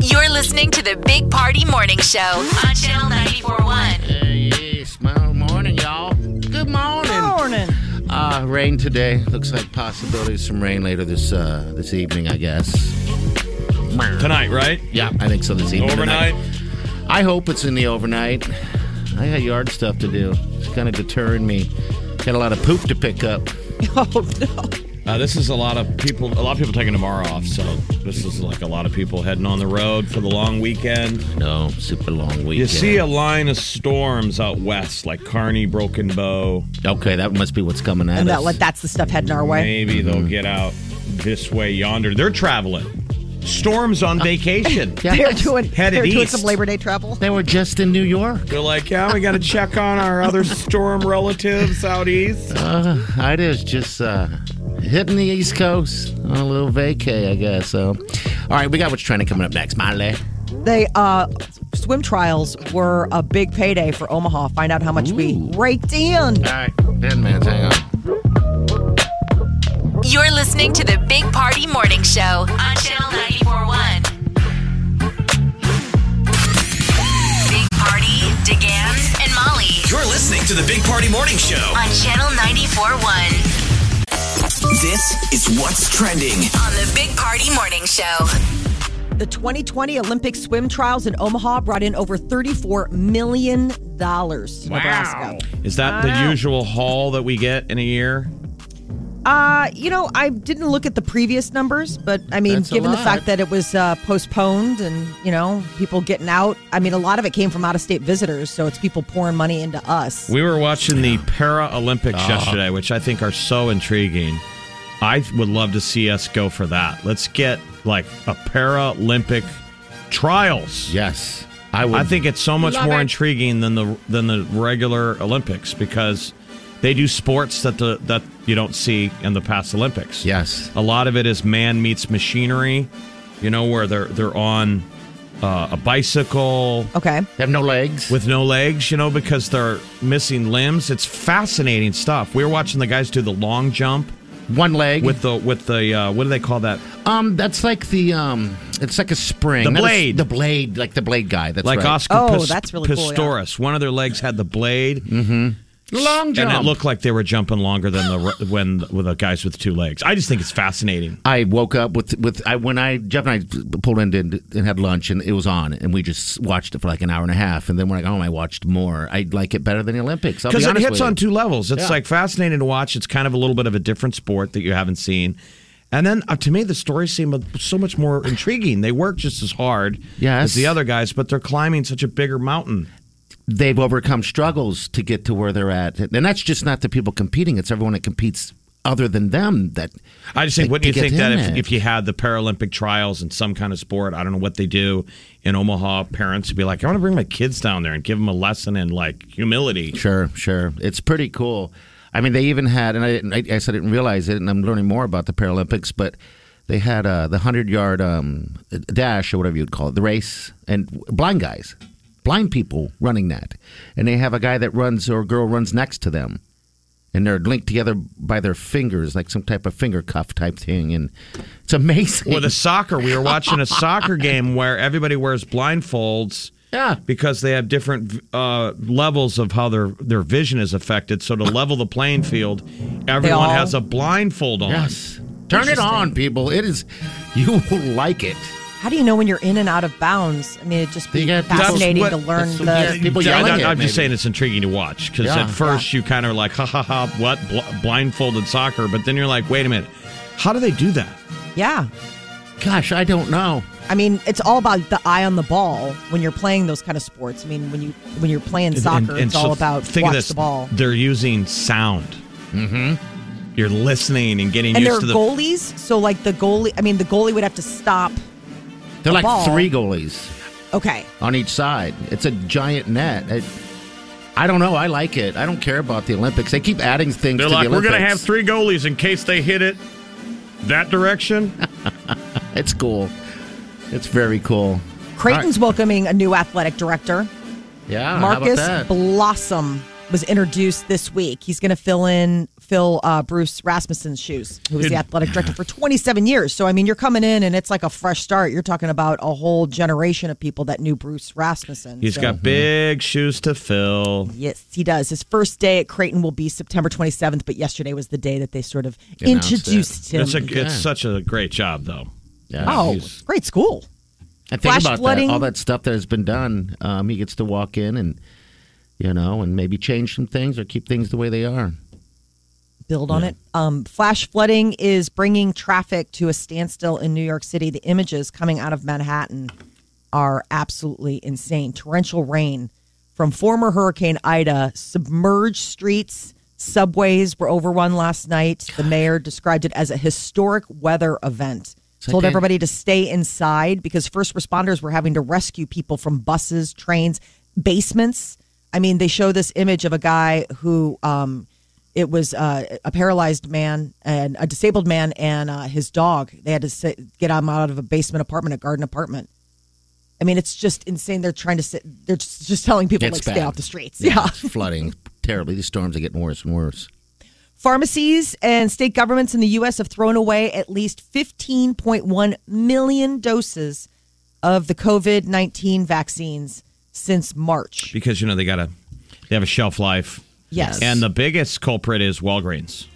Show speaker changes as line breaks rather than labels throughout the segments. You're listening to the Big Party Morning Show on Channel 941.
Uh, yes, well, morning, y'all. Good morning.
Morning.
Uh, rain today. Looks like possibility of some rain later this uh, this evening, I guess.
Tonight, right?
Yeah, I think so. This evening. tonight.
Overnight.
I hope it's in the overnight. I got yard stuff to do. It's kind of deterring me. Got a lot of poop to pick up.
Oh no.
Uh, this is a lot of people. A lot of people taking tomorrow off, so this is like a lot of people heading on the road for the long weekend.
No, super long weekend.
You see a line of storms out west, like Kearney, Broken Bow.
Okay, that must be what's coming at
And that,
us.
like, that's the stuff heading our way.
Maybe
Mm-hmm.
they'll get out this way yonder. They're traveling. Storms on vacation.
Uh, Yeah.
They're doing.
Headed
they're doing
east.
some Labor Day travel.
They were just in New York.
They're like, yeah, we got to check on our other storm relatives out east.
Uh, I just just uh, hitting the East Coast on a little vacay, I guess. So, all right, we got what's trending coming up next. Miley.
They uh, swim trials were a big payday for Omaha. Find out how much we raked in.
All right, ten minutes. Hang on.
You're listening to the Big Party Morning Show on Channel 941. Big Party, DeGan, and Molly
You're listening to the Big Party Morning Show.
on Channel 941
This is what's trending.
on the Big Party Morning Show.
The 2020 Olympic swim trials in Omaha brought in over 34 million dollars. Nebraska.
Is that the usual haul that we get in a year?
Uh, you know, I didn't look at the previous numbers, but I mean,
That's a
given the
lot.
fact that it was uh, postponed and you know people getting out, I mean, a lot of it came from out of state visitors, so it's people pouring money into us.
We were watching the Para Olympics
Uh-huh.
yesterday, which I think are so intriguing. I would love to see us go for that. Let's get like a Paralympic trials.
Yes, I would.
I think it's so much
Love
more
it.
intriguing than the than the regular Olympics because they do sports that the that you don't see in the past Olympics.
Yes.
a lot of it is man meets machinery. You know where they're they're on uh, a bicycle
Okay.
They have no legs.
with no legs, you know, because they're missing limbs. It's fascinating stuff. We were watching the guys do the long jump
one leg.
with the with the uh, what do they call that?
um, that's like the um, it's like a spring.
The
Not a s-
blade.
the blade, like the blade guy. That's
Like
right.
Oscar
Oh,
Pis-
that's really cool, yeah.
Pistorius. One of their legs had the blade,
Long Mm-hmm. jump.
and it looked like they were jumping longer than the when with the guys with two legs. I just think it's fascinating.
I woke up with with I when I Jeff and I pulled in and, and had lunch and it was on and we just watched it for like an hour and a half and then when I got home I watched more. I like it better than the Olympics. I'll be
because it
honest
hits
with
on
you.
two levels. It's
Yeah.
like fascinating to watch. It's kind of a little bit of a different sport that you haven't seen. And then uh, to me, the stories seem so much more intriguing. They work just as hard
Yes.
as the other guys, but they're climbing such a bigger mountain.
they've overcome struggles to get to where they're at. And that's just not the people competing, it's everyone that competes other than them that
I just think,
to-
wouldn't
to
you
get
think that
in
if,
it.
if you had the Paralympic trials in some kind of sport, I don't know what they do in Omaha, parents would be like, I want to bring my kids down there and give them a lesson in like humility.
Sure, sure. It's pretty cool. I mean, they even had, and I didn't, I guess I didn't realize it, and I'm learning more about the Paralympics, but they had uh, the 100 yard um, dash or whatever you'd call it, the race, and blind guys, blind people running that. And they have a guy that runs or girl runs next to them. And they're linked together by their fingers, like some type of finger cuff type thing, and it's amazing.
Well, the soccer, we were watching a soccer game where everybody wears blindfolds.
yeah,
because they have different uh, levels of how their their vision is affected. So to level the playing field, everyone
all-
has a blindfold on.
Yes. Turn it on, people. It is, you will like it.
How do you know when you're in and out of bounds? I mean, it'd just be
You got- that's
fascinating
what-
to learn
that's
the.
what- yeah, people
I-
yelling
I,
it,
am
maybe.
just saying it's intriguing to watch because
Yeah.
at first you kind of are like ha ha ha what Bl- blindfolded soccer, but then you're like wait a minute, how do they do that?
Yeah.
Gosh, I don't know.
I mean, it's all about the eye on the ball when you're playing those kind of sports. I mean, when you when you're playing soccer,
And- and
it's all
so
about
think of
watch
this,
the ball.
They're using sound. You're listening and getting
Mm-hmm. And there
used
are
to the
goalies, so like the goalie, I mean, the goalie would have to stop.
They're like
ball.
three goalies
Okay,
on each side. It's a giant net. It, I don't know. I like it. I don't care about the Olympics. They keep adding things
They're
to
like,
the
we're
Olympics.
going to have three goalies in case they hit it that direction.
It's cool. It's very cool.
Creighton's welcoming a new athletic director.
Yeah.
Marcus
how about that?
Blossom was introduced this week. He's going to fill in fill uh, Bruce Rasmussen's shoes, who was the athletic director for 27 years. So I mean, you're coming in and it's like a fresh start. You're talking about a whole generation of people that knew Bruce Rasmussen.
He's
so.
got big shoes to fill.
Yes, he does. His first day at Creighton will be September 27th, but yesterday was the day that they sort of
Announced it.
introduced him.
It's, a, it's such a great job, though.
Yeah,
oh,
he's-
great school.
I think
Flash
about
flooding.
that, all that stuff that has been done. Um, he gets to walk in and, you know, and maybe change some things or keep things the way they are.
build on it. Um, flash flooding is bringing traffic to a standstill in New York City. The images coming out of Manhattan are absolutely insane. Torrential rain from former Hurricane Ida submerged streets. Subways were overrun last night. The mayor described it as a historic weather event. Told
like a-
everybody to stay inside because first responders were having to rescue people from buses, trains, basements. I mean, they show this image of a guy who um, it was uh, a paralyzed man and a disabled man and uh, his dog. They had to sit, get him out of a basement apartment, a garden apartment. I mean, it's just insane. They're trying to sit. They're just, just telling people
It's
like stay
bad.
off the streets. Yeah.
It's flooding terribly. These storms are getting worse and worse.
Pharmacies and state governments in the U.S. have thrown away at least 15.1 million doses of the COVID 19 vaccines since March.
Because, you know, they got to, they have a shelf life.
Yes.
And the biggest culprit is Walgreens.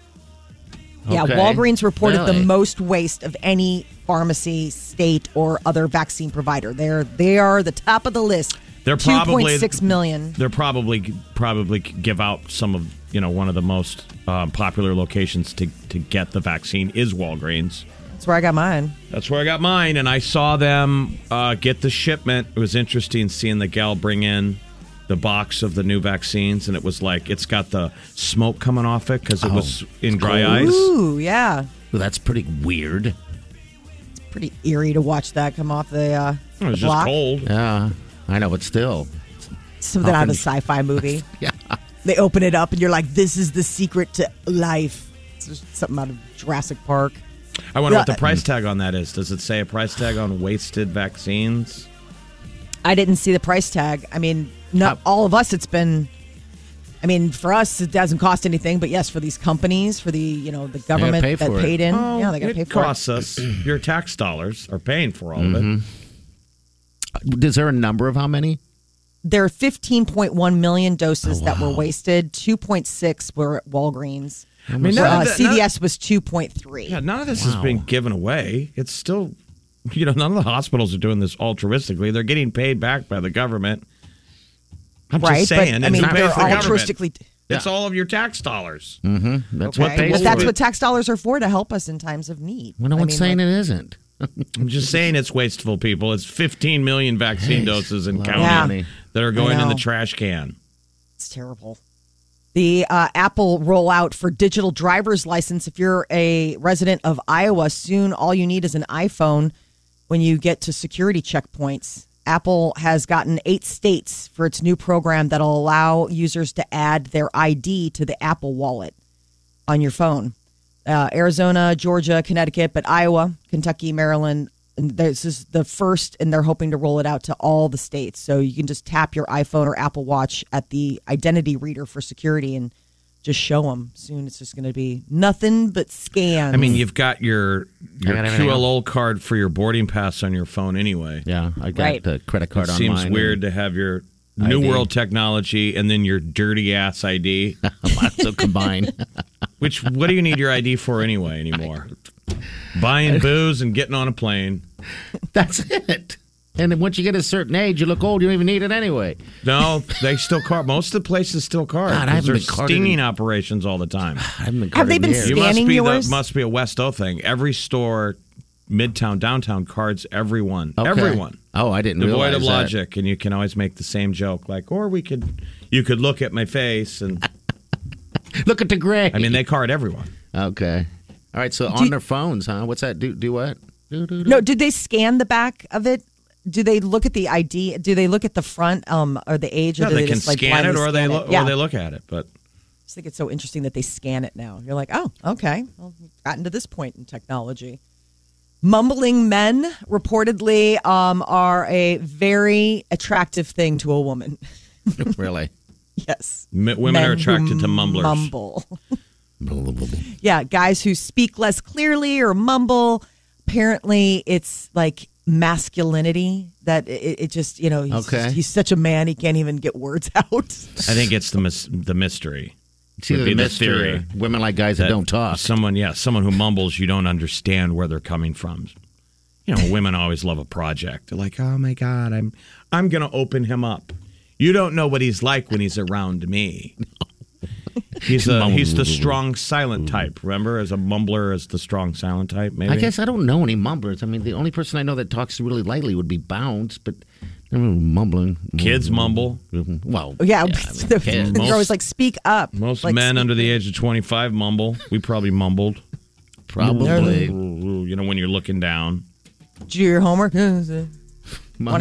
Yeah,
Okay.
Walgreens reported the
Really?
most waste of any pharmacy, state, or other vaccine provider. They're they are the top of the list.
They're probably-
2.6 million.
They're probably, probably give out some of, you know, one of the most um, popular locations to, to get the vaccine is Walgreens.
That's where I got mine.
That's where I got mine, and I saw them uh, get the shipment. It was interesting seeing the gal bring in the box of the new vaccines, and it was like it's got the smoke coming off it because it was in dry ice.
Oh, Ooh, yeah.
Well, that's pretty weird.
Pretty eerie to watch that come off the, uh,
It was
the block.
just cold.
Yeah, I know, but still.
Something out of a
Often-
sci-fi movie.
Yeah.
they open it up and you're like, this is the secret to life. It's just something out of Jurassic Park.
I wonder what the
Yeah.
price tag on that is. Does it say a price tag on wasted vaccines?
I didn't see the price tag. I mean, not all of us. It's been. I mean, for us, it doesn't cost anything. But yes, for these companies, for the you know the government
pay
that
for it.
paid in, yeah, they got to
it
pay for Mm-hmm.
costs us. Your tax dollars are paying for all of it.
Is there a number of how many?
it. There are 15.1 million
Oh,
doses that were wasted. 2.6 were at Walgreens.
I mean,
Uh,
none of that- none-
CVS was 2.3.
Yeah, none of this has been given away. It's still, you know, none of the hospitals are doing this altruistically. They're getting paid back by the government. I'm
right,
just saying,
but I
it's
mean,
paid
they're
for the government.
altruistically.
It's all of your tax dollars.
That's what
Okay.
pays
Well,
for
that's
it.
what tax dollars are for to help us in times of need.
well, no
I
one's
mean,
saying
like-
it isn't.
I'm just saying it's wasteful, people. It's 15 million vaccine doses and
lot
of
counting
money.
that are going
I
in the
know.
trash can.
It's terrible. The uh, Apple rollout for digital driver's license. If you're a resident of Iowa, soon all you need is an iPhone when you get to security checkpoints. Apple has gotten eight states for its new program that'll allow users to add their ID to the Apple wallet on your phone. Uh, Arizona, Georgia, Connecticut, but Iowa, Kentucky, Maryland. And this is the first, and they're hoping to roll it out to all the states. So you can just tap your iPhone or Apple Watch at the identity reader for security and just show them. Soon it's just going to be nothing but scans.
I mean, you've got your, your
got everything
QLO card for your boarding pass on your phone anyway.
Yeah, I got
Right.
the credit card
it
on
seems
mine.
weird to have your new
ID.
world technology and then your dirty ass ID.
So combined.
Which what do you need your ID for anyway anymore? Buying booze and getting on a plane.
that's it. And then once you get a certain age, you look old. You don't even need it anyway.
No, they still card. Most of the places still card.
God, I
'cause
haven't
there's
been carded in-
stinging operations all the time.
I haven't been
Have they
carded
been
in years.
You
Scanning
must be
yours?
the must be a West O thing. Every store, midtown, downtown cards everyone.
Okay.
Everyone.
Oh, I didn't
Devoid
realize
of
that.
logic, and you can always make the same joke, like, or we could, you could look at my face, and
Look at the gray.
I mean, they card everyone.
Okay. All right. So on their phones, huh? What's that? Do do what? Do, do, do.
No, did they scan the back of it? Do they look at the ID? Do they look at the front um, or the age? Or
No,
do
they can
just, like,
scan it
blindly
or they
scan
lo-
Yeah.
or they look at it. But
I just think it's so interesting that they scan it now. You're like, oh, okay. Well, we've gotten to this point in technology. Mumbling men reportedly um, are a very attractive thing to a woman.
really.
yes.
m- women
Men
are attracted
who
to mumblers.
Mumble.
Blah, blah, blah, blah.
yeah, guys who speak less clearly or mumble. Apparently, it's like masculinity that it, it just, you know, he's,
Okay.
just- he's such a man, he can't even get words out. Oh,
I think it's the mis- the mystery.
It's either
Would be
the
the
mystery or
theory
Women like guys that,
that
don't talk.
Uh, Someone, yeah, someone who mumbles, you don't understand where they're coming from. You know, women always love a project. They're like, "Oh my god, I'm I'm going to open him up." You don't know what he's like when he's around me. He's a, he's the strong silent type. Remember, as a mumbler, as the strong silent type. Maybe
I guess I don't know any mumblers. I mean, the only person I know that talks really lightly would be Bounce, but they're mumbling.
kids mumble.
Well,
yeah. the-
kids.
they're always
Most-
like, speak up.
Most
Like,
men
speak-
under the age of 25 mumble. We probably mumbled.
probably.
You know, when you're looking down.
Do your homework. Want a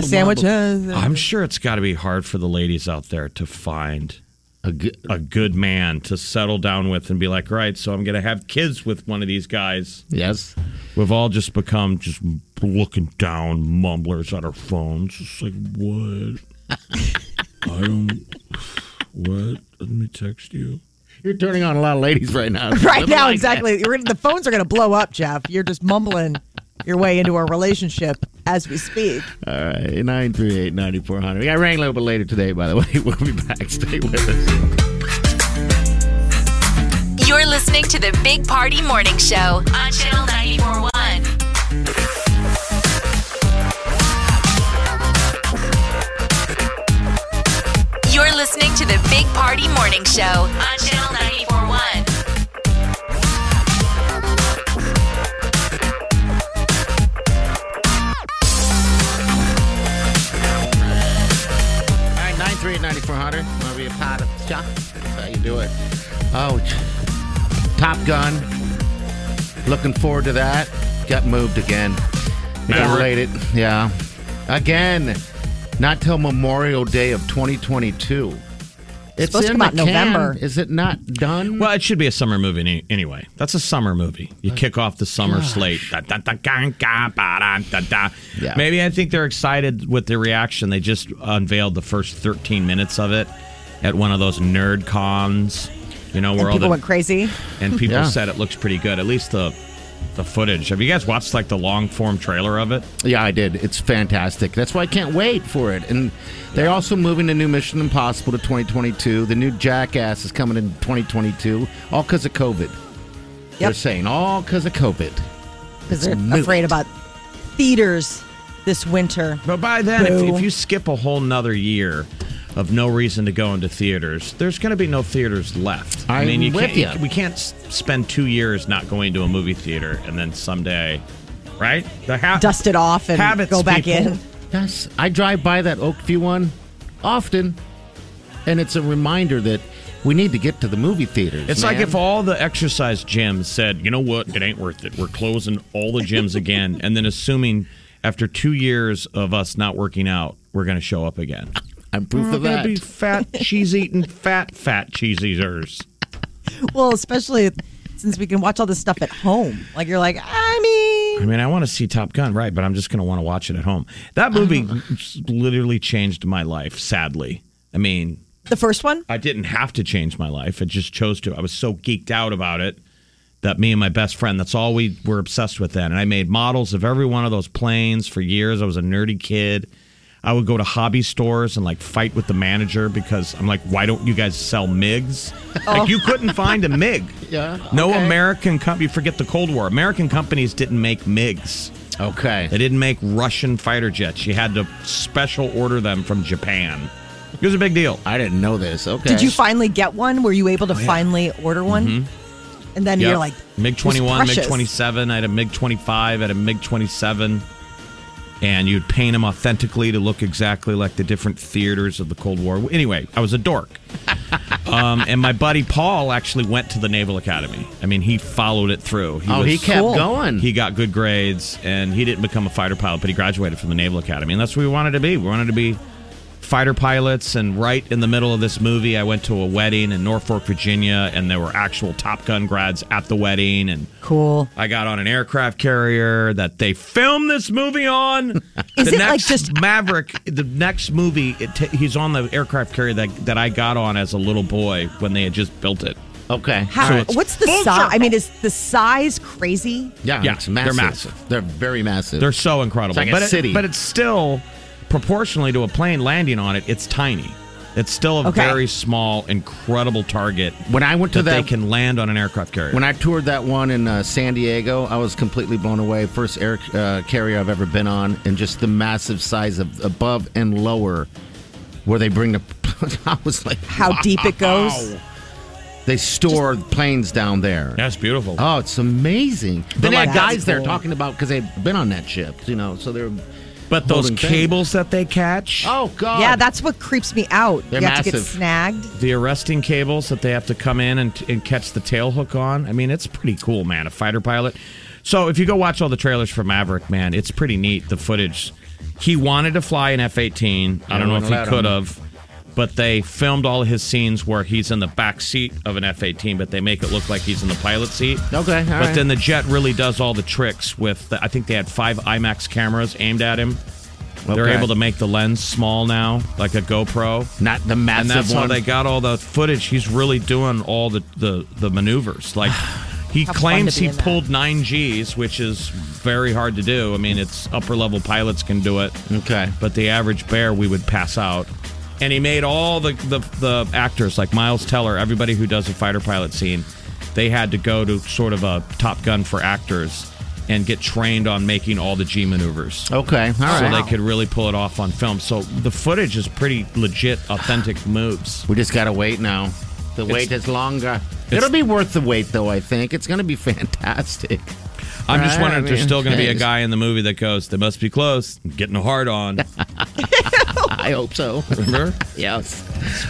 sandwich? Uh,
I'm sure it's got to be hard for the ladies out there to find
A g-
a good man to settle down with and be like, right, so I'm going to have kids with one of these guys.
yes.
We've all just become just looking down mumblers on our phones. It's like, what? I don't. What? Let me text you.
You're turning on a lot of ladies right now.
Right
Women
now,
like
exactly. We're, the phones are going to blow up, Jeff. You're just mumbling your way into a relationship as we speak.
that. All right. 938 9400. We got rain a little bit later today, by the way. We'll be back. Stay with us.
You're listening to the Big Party Morning Show on Channel 941. You're listening to the Big Party Morning Show on Channel 941.
All right, 938-9400. Want to be a part of the show? That's how you do it. Oh, t- Top Gun. Looking forward to that. Got moved again. They got
Maverick.
related. Yeah. Again. Not till Memorial Day of 2022. It's
supposed to
in
come out
the can.
November.
Is it not done?
Well, it should be a summer movie any- anyway. That's a summer movie. You
Uh,
kick off the summer slate. Da, da, da, ga, ga, ba, da, da, da.
Yeah.
Maybe I think they're excited with the reaction. They just unveiled the first 13 minutes of it at one of those nerd cons. You know, where
And
all
people
the
went crazy.
and people
Yeah.
said it looks pretty good. At least the the footage. Have you guys watched like the long form trailer of it?
Yeah, I did. It's fantastic. That's why I can't wait for it. And they're also moving the new Mission Impossible to 2022. The new Jackass is coming in 2022, all because of COVID. They're saying all because of COVID.
because they're
moot.
afraid about theaters this winter.
But by then,
Boo.
if, if you skip a whole nother year of no reason to go into theaters, there's going to be no theaters left.
I'm
mean, you
with
can't. you-
ya.
we can't s- spend two years not going to a movie theater and then someday, right? The ha-
Dust it off and
habits,
go back
people.
in.
Yes, I drive by that Oakview one often, and it's a reminder that we need to get to the movie theaters.
It's like
man.
if all the exercise gyms said, you know what, it ain't worth it. We're closing all the gyms again. And then assuming after two years of us not working out, we're going to show up again.
I'm proof
We're
of
going
that.
to be fat, cheese eating, fat, fat cheese eaters.
Well, especially since we can watch all this stuff at home. Like you're like, I mean,
I mean, I want to see Top Gun, right? But I'm just going to want to watch it at home. That movie literally changed my life, sadly. I mean,
the first one.
I didn't have to change my life. I just chose to. I was so geeked out about it that me and my best friend, that's all we were obsessed with then. And I made models of every one of those planes for years. I was a nerdy kid. I would go to hobby stores and like fight with the manager because I'm like, why don't you guys sell MiGs? Like, you couldn't find a MiG.
Yeah,
No
okay.
American company, forget the Cold War. American companies didn't make MiGs.
okay.
They didn't make Russian fighter jets. You had to special order them from Japan. It was a big deal.
I didn't know this. Okay.
Did you finally get one? Were you
Oh,
able to finally order one? And then
Yeah,
you're like,
Mm-hmm. MiG
it's
21, MiG
precious.
27. I had a MiG 25, I had a MiG 27. And you'd paint them authentically to look exactly like the different theaters of the Cold War. Anyway, I was a dork. Um, and my buddy Paul actually went to the Naval Academy. I mean, he followed it through.
Oh, he kept
Cool.
going.
He got good grades, and he didn't become a fighter pilot, but he graduated from the Naval Academy, and that's what we wanted to be. We wanted to be fighter pilots. And right in the middle of this movie, I went to a wedding in Norfolk, Virginia, and there were actual Top Gun grads at the wedding, and
Cool.
I got on an aircraft carrier that they filmed this movie on.
Is
the
it like
next
just-
Maverick? The next movie, it ta he's on the aircraft carrier that that I got on as a little boy when they had just built it.
okay.
How,
it's
what's the
full
size? I
circle.
mean, is the size crazy?
Yeah,
Yeah,
it's
they're
massive.
massive.
They're very massive.
They're so incredible.
It's like a
but
city.
It, but it's still proportionally to a plane landing on it. It's tiny. It's still a
Okay.
very small, incredible target
when I went to
that they
that,
can land on an aircraft carrier.
when I toured that one in uh, San Diego, I was completely blown away. First air uh, carrier I've ever been on, and just the massive size of above and lower, where they bring the. I was like,
How deep it goes?
wow. They store planes down there.
That's beautiful.
Oh, it's amazing. Then they
like-
had guys there
That's cool.
talking about because they've been on that ship, you know. So they're
but those
holding things.
cables that they catch.
Oh God!
Yeah, that's what creeps me out.
They're
you have to get
massive.
snagged.
the arresting cables that they have to come in and, and catch the tail hook on. I mean, it's pretty cool, man. A fighter pilot. So if you go watch all the trailers for Maverick, man, it's pretty neat. The footage. He wanted to fly an F eighteen. I don't know
Yeah,
if he
let him.
could have, but they filmed all his scenes where he's in the back seat of an F eighteen, but they make it look like he's in the pilot seat.
Okay, all
but
right.
then the jet really does all the tricks with. The, I think they had five IMAX cameras aimed at him. They're
Okay.
able to make the lens small now, like a GoPro
not the massive
and that's
one.
how they got all the footage. He's really doing all the the, the maneuvers. Like he
How fun
claims
to be
he
in that.
pulled nine Gs, which is very hard to do. I mean, it's upper level pilots can do it,
okay.
but the average bear we would pass out. And he made all the the, the actors like Miles Teller, everybody who does a fighter pilot scene, they had to go to sort of a Top Gun for actors and get trained on making all the G maneuvers
Okay. All
so
right.
they could really pull it off on film. So the footage is pretty legit, authentic moves.
we just gotta wait now. The wait is longer. It'll be worth the wait, though. I think it's gonna be fantastic.
I'm just
Right,
wondering if there's
man.
still going to be a
Jeez.
guy in the movie that goes, "They must be close, getting a hard on."
I hope so.
Remember,
yes.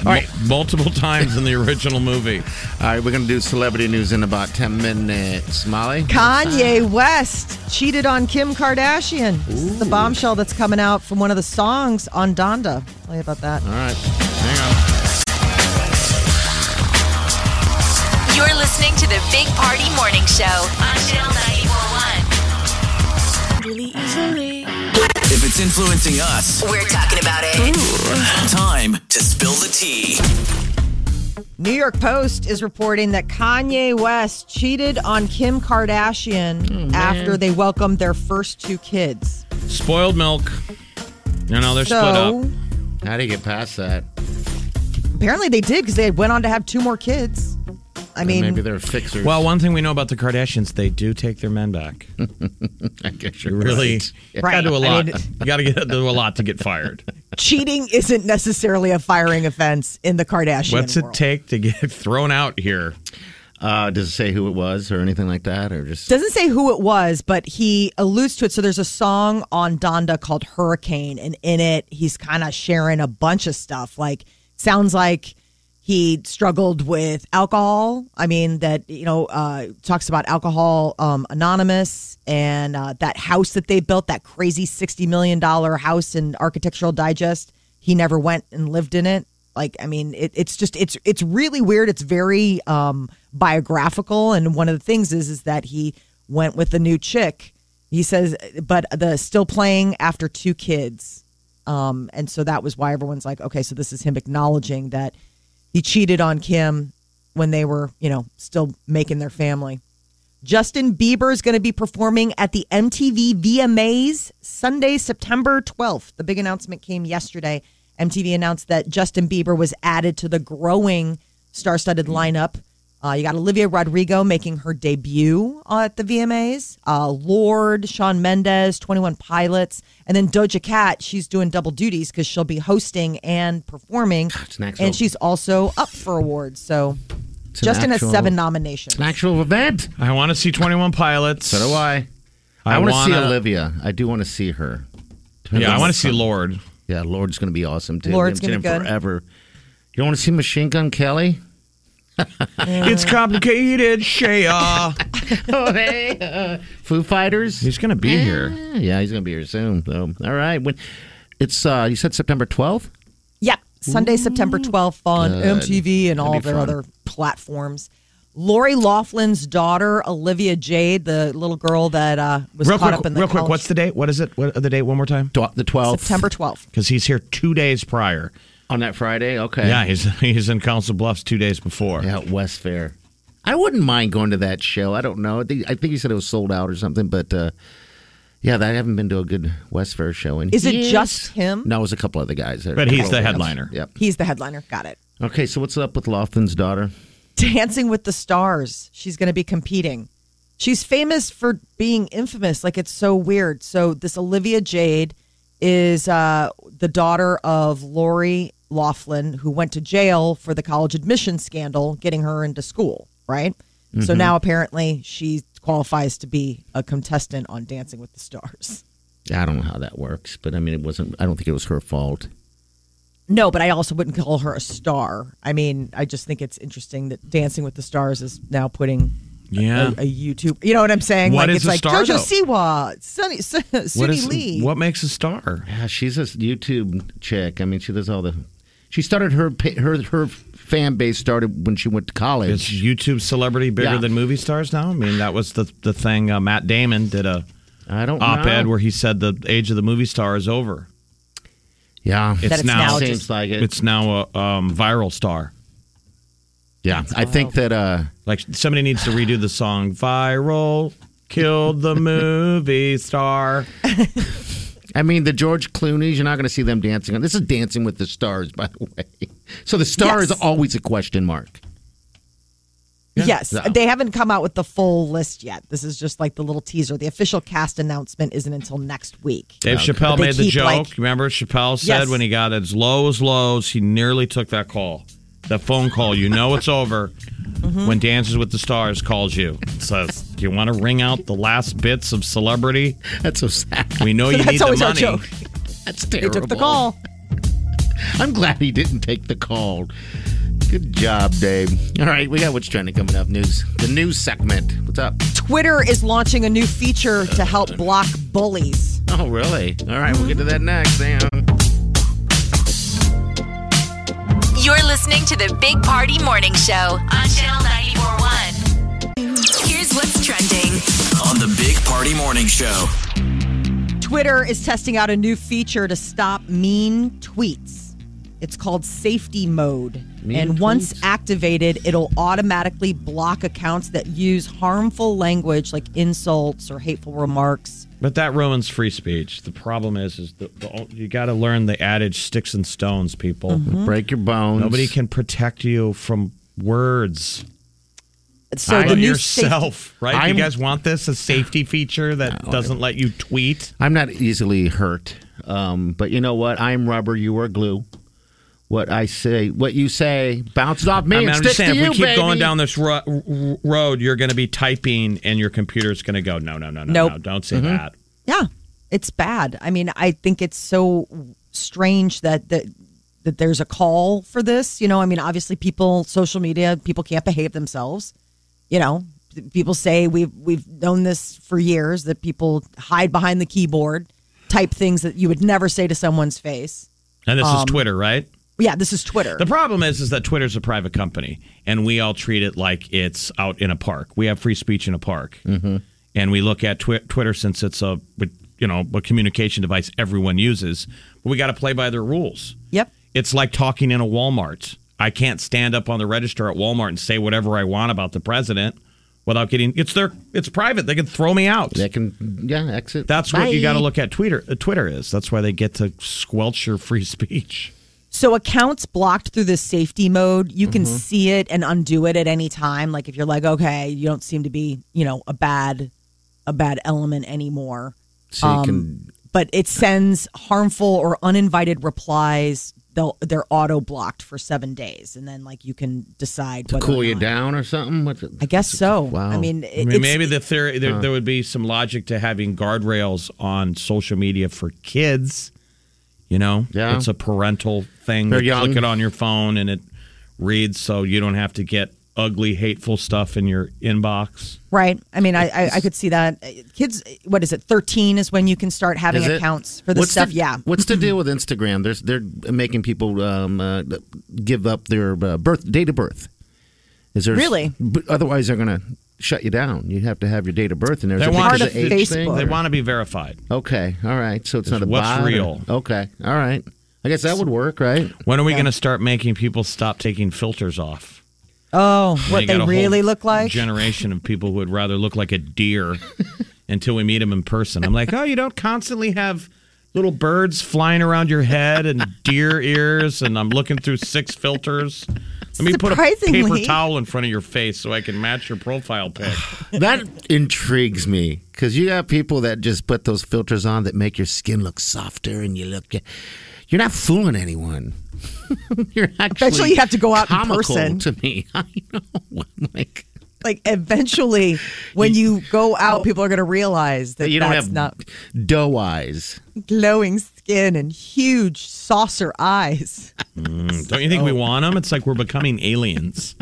all right, multiple times in the original movie.
All right. We're gonna do celebrity news in about ten minutes. Molly.
Kanye West cheated on Kim Kardashian. This is the bombshell that's coming out from one of the songs on Donda. Tell you about that.
All right. Hang on.
You're listening to the Big Party Morning Show on Channel 941.
If it's influencing us,
We're talking about it.
time to spill the tea.
New York Post is reporting that Kanye West cheated on Kim
Oh,
Kardashian after they welcomed their first two kids.
Spoiled milk. No, no, they're
so
split up.
How do you get past that?
apparently they did because they went on to have two more kids. I mean,
Maybe they're fixers.
Well, one thing we know about the Kardashians, they do take their men back.
I guess you're
Really,
right.
Right.
got to do a
I
lot.
mean-
you got to get do a lot to get fired.
cheating isn't necessarily a firing offense in the Kardashian
What's it
world.
take to get thrown out here?
Uh, does it say who it was or anything like that, or just
Doesn't say who it was, but he alludes to it. So there's a song on Donda called Hurricane, and in it, he's kind of sharing a bunch of stuff. Like, sounds like he struggled with alcohol. I mean, that, you know, uh, talks about Alcohol um, Anonymous and uh, that house that they built, that crazy $60 million house in Architectural Digest. He never went and lived in it. Like, I mean, it, it's just it's it's really weird. It's very um, biographical, and one of the things is is that he went with a new chick. He says, but the still playing after two kids, um, and so that was why everyone's like, okay, so this is him acknowledging that he cheated on Kim when they were, you know, still making their family. Justin Bieber is going to be performing at the MTV VMAs Sunday, September 12th. The big announcement came yesterday. MTV announced that Justin Bieber was added to the growing star studded lineup. Uh, you got Olivia Rodrigo making her debut uh, at the VMAs, uh, Lord, Sean Mendez, 21 Pilots, and then Doja Cat. She's doing double duties because she'll be hosting and performing.
It's an actual-
and she's also up for awards. So
an
Justin
actual-
has seven nominations.
an actual event?
I want to see Twenty One Pilots.
So do I. I,
I
want to see
wanna-
Olivia. I do want to see her.
Yeah, I want to see Lord.
Yeah, Lord's going to be awesome too.
Lord's
We haven't seen
gonna
him
be good.
forever. You don't want to see Machine Gun Kelly?
it's complicated, Shaya.
oh, hey, uh, Foo Fighters.
He's gonna
Mm.
be here.
Yeah, he's gonna be here soon. So, all right. When it's uh, you said September twelfth.
Yep. Sunday, September 12th on MTV and all
be
of their
fun.
other platforms. Lori Laughlin's daughter, Olivia Jade, the little girl that uh, was
Real
caught
quick,
up in the
real quick.
college-
What's the date? What is it? What the date? One more time.
The twelfth.
September 12th.
Because he's here two days prior.
on that Friday. Okay.
Yeah, he's he's in Council Bluffs two days before.
Yeah, at West Fair. I wouldn't mind going to that show. I don't know. I think, I think he said it was sold out or something, but uh, yeah, I haven't been to a good West Fair show. in
Is it
years.
just him?
No, it was a couple other guys. There were a
But he's
couple
the
other guys.
headliner.
Yep.
He's the headliner. Got it.
Okay, so what's up with Laughlin's daughter?
Dancing with the Stars. She's going to be competing. She's famous for being infamous. Like it's so weird. So this Olivia Jade is uh, the daughter of Lori Laughlin, who went to jail for the college admission scandal, getting her into school. Right. So now apparently she qualifies to be a contestant on Dancing with the Stars.
I don't know how that works, but I mean, it wasn't. I don't think it was her fault.
No, but I also wouldn't call her a star. I mean, I just think it's interesting that Dancing with the Stars is now putting
Yeah.
a, a YouTube. You know what I'm saying? like
What is
it's
a
like
star,
Jojo
though?
Siwa, Sunny, Su-
What
Suni
is
Lee.
what makes a star?
Yeah, she's a YouTube chick. I mean, she does all the. She started her pa- her her fan base started when she went to
Is
college.
YouTube celebrity bigger
Yeah.
than movie stars now? I mean, that was the the thing. Uh, Matt Damon did a
I don't
op-ed
know.
where he said the age of the movie star is over.
yeah,
It's,
it's
now,
now
seems
just-
like it.
it's now a um, viral star.
yeah, I think that. uh
Like somebody needs to redo the song "Viral Killed the Movie Star."
I mean, the George Clooney's, you're not going to see them dancing. on This is Dancing with the Stars, by the way. So the star
Yes.
is always a question mark.
Yes,
No.
they haven't come out with the full list yet. This is just like the little teaser. The official cast announcement isn't until next week.
Dave
But
Chappelle
they
made the
keep,
joke.
like-
Remember, Chappelle said
Yes.
when he got as low as lows, he nearly took that call, that phone call. You know it's over
Mm-hmm.
when Dances with the Stars calls you. and Says, "Do you want to ring out the last bits of celebrity?
That's so sad.
We know you
That's
need the
always our
money."
joke.
That's
They
terrible.
took the call.
I'm glad he didn't take the call. Good job, Dave. All right, we got what's trending coming up. News. The news segment. What's up?
Twitter is launching a new feature to help block bullies.
Oh, really? All right, we'll get to that next. Sam.
You're listening to the Big Party Morning Show on Channel 941. Here's what's trending.
on the Big Party Morning Show.
Twitter is testing out a new feature to stop mean tweets. It's called safety mode. and once activated, it'll automatically block accounts that use harmful language like insults or hateful remarks.
But that ruins free speech. The problem is, is the, the, you got to learn the adage "sticks and stones." People,
Mm-hmm.
Break your bones.
nobody can protect you from words.
So
How
the
about
new
yourself, right? Do
I'm-
you guys want this a safety feature that doesn't let you tweet?
I'm not easily hurt, um, but you know what? I'm rubber. You are glue. What I say, what you say, bounces off me.
I mean,
and
I'm
sticks
just saying,
to
if we
you,
keep going
baby.
down this ro- r- r- road, you're going to be typing, and your computer's going to go, no, no, no, no,
Nope. Mm-hmm.
no, don't say that.
Yeah, it's bad. I mean, I think it's so strange that that that there's a call for this. You know, I mean, obviously, people, social media, people can't behave themselves. You know, people say we've we've known this for years that people hide behind the keyboard, type things that you would never say to someone's face.
And this
Um,
is Twitter, right?
Yeah, this is Twitter.
The problem is, is that Twitter's a private company, and we all treat it like it's out in a park. We have free speech in a park, mm-hmm. and we look at twi- Twitter since it's a, you know, a communication device everyone uses. But we got to play by their rules.
yep.
It's like talking in a Walmart. I can't stand up on the register at Walmart and say whatever I want about the president without getting it's their it's private. They can throw me out.
That can, yeah, exit.
That's what you
Bye.
got to look at Twitter uh, Twitter is. That's why they get to squelch your free speech.
So accounts blocked through this safety mode, you can see it and undo it at any time. Like if you're like, okay, you don't seem to be, you know, a bad, a bad element anymore.
So you
Um,
can,
But it sends harmful or uninvited replies. They'll they're auto blocked for seven days, and then like you can decide whether or
cool you
not.
down or something. What's it?
I guess so.
Wow.
I mean, it,
I mean,
it's-
maybe the theory there, there would be some logic to having guardrails on social media for kids. You know,
Yeah.
it's a parental thing.
They're
You click
young.
it on your phone and it reads so you don't have to get ugly, hateful stuff in your inbox.
Right. I mean, I, I, I could see that. Kids, what is it? 13 is when you can start having
Is it?
accounts for this
What's
stuff.
the-
yeah.
What's the deal with Instagram? There's, they're making people um, uh, give up their uh, birth date of birth. Is there
Really?
But otherwise, they're going to shut you down. You have to have your date of birth in there. Is
They
it
want
because
to-
of the age thing,
Facebook.
They
or-
want to be verified.
Okay. All right. So it's,
It's
not a
what's
bot or-
real.
okay. All right. I guess that would work, right?
When are we going to start making people stop taking filters off?
Oh,
You
what
got
they
a whole
really look like?
Generation of people who would rather look like a deer until we meet them in person. I'm like, oh, you don't constantly have little birds flying around your head and deer ears, and I'm looking through six filters. Let me put a paper
Surprisingly.
towel in front of your face so I can match your profile pic.
That intrigues me because you got people that just put those filters on that make your skin look softer and you look. You're not fooling anyone. you're actually.
Eventually, you have to go out in
comical
person.
To me, I know. I'm like
Like, eventually, when you go out, people are going to realize that
Oh. you don't
that's
have
not
doe eyes.
glowing skin and huge saucer eyes.
Don't you think we want them? It's like we're becoming aliens.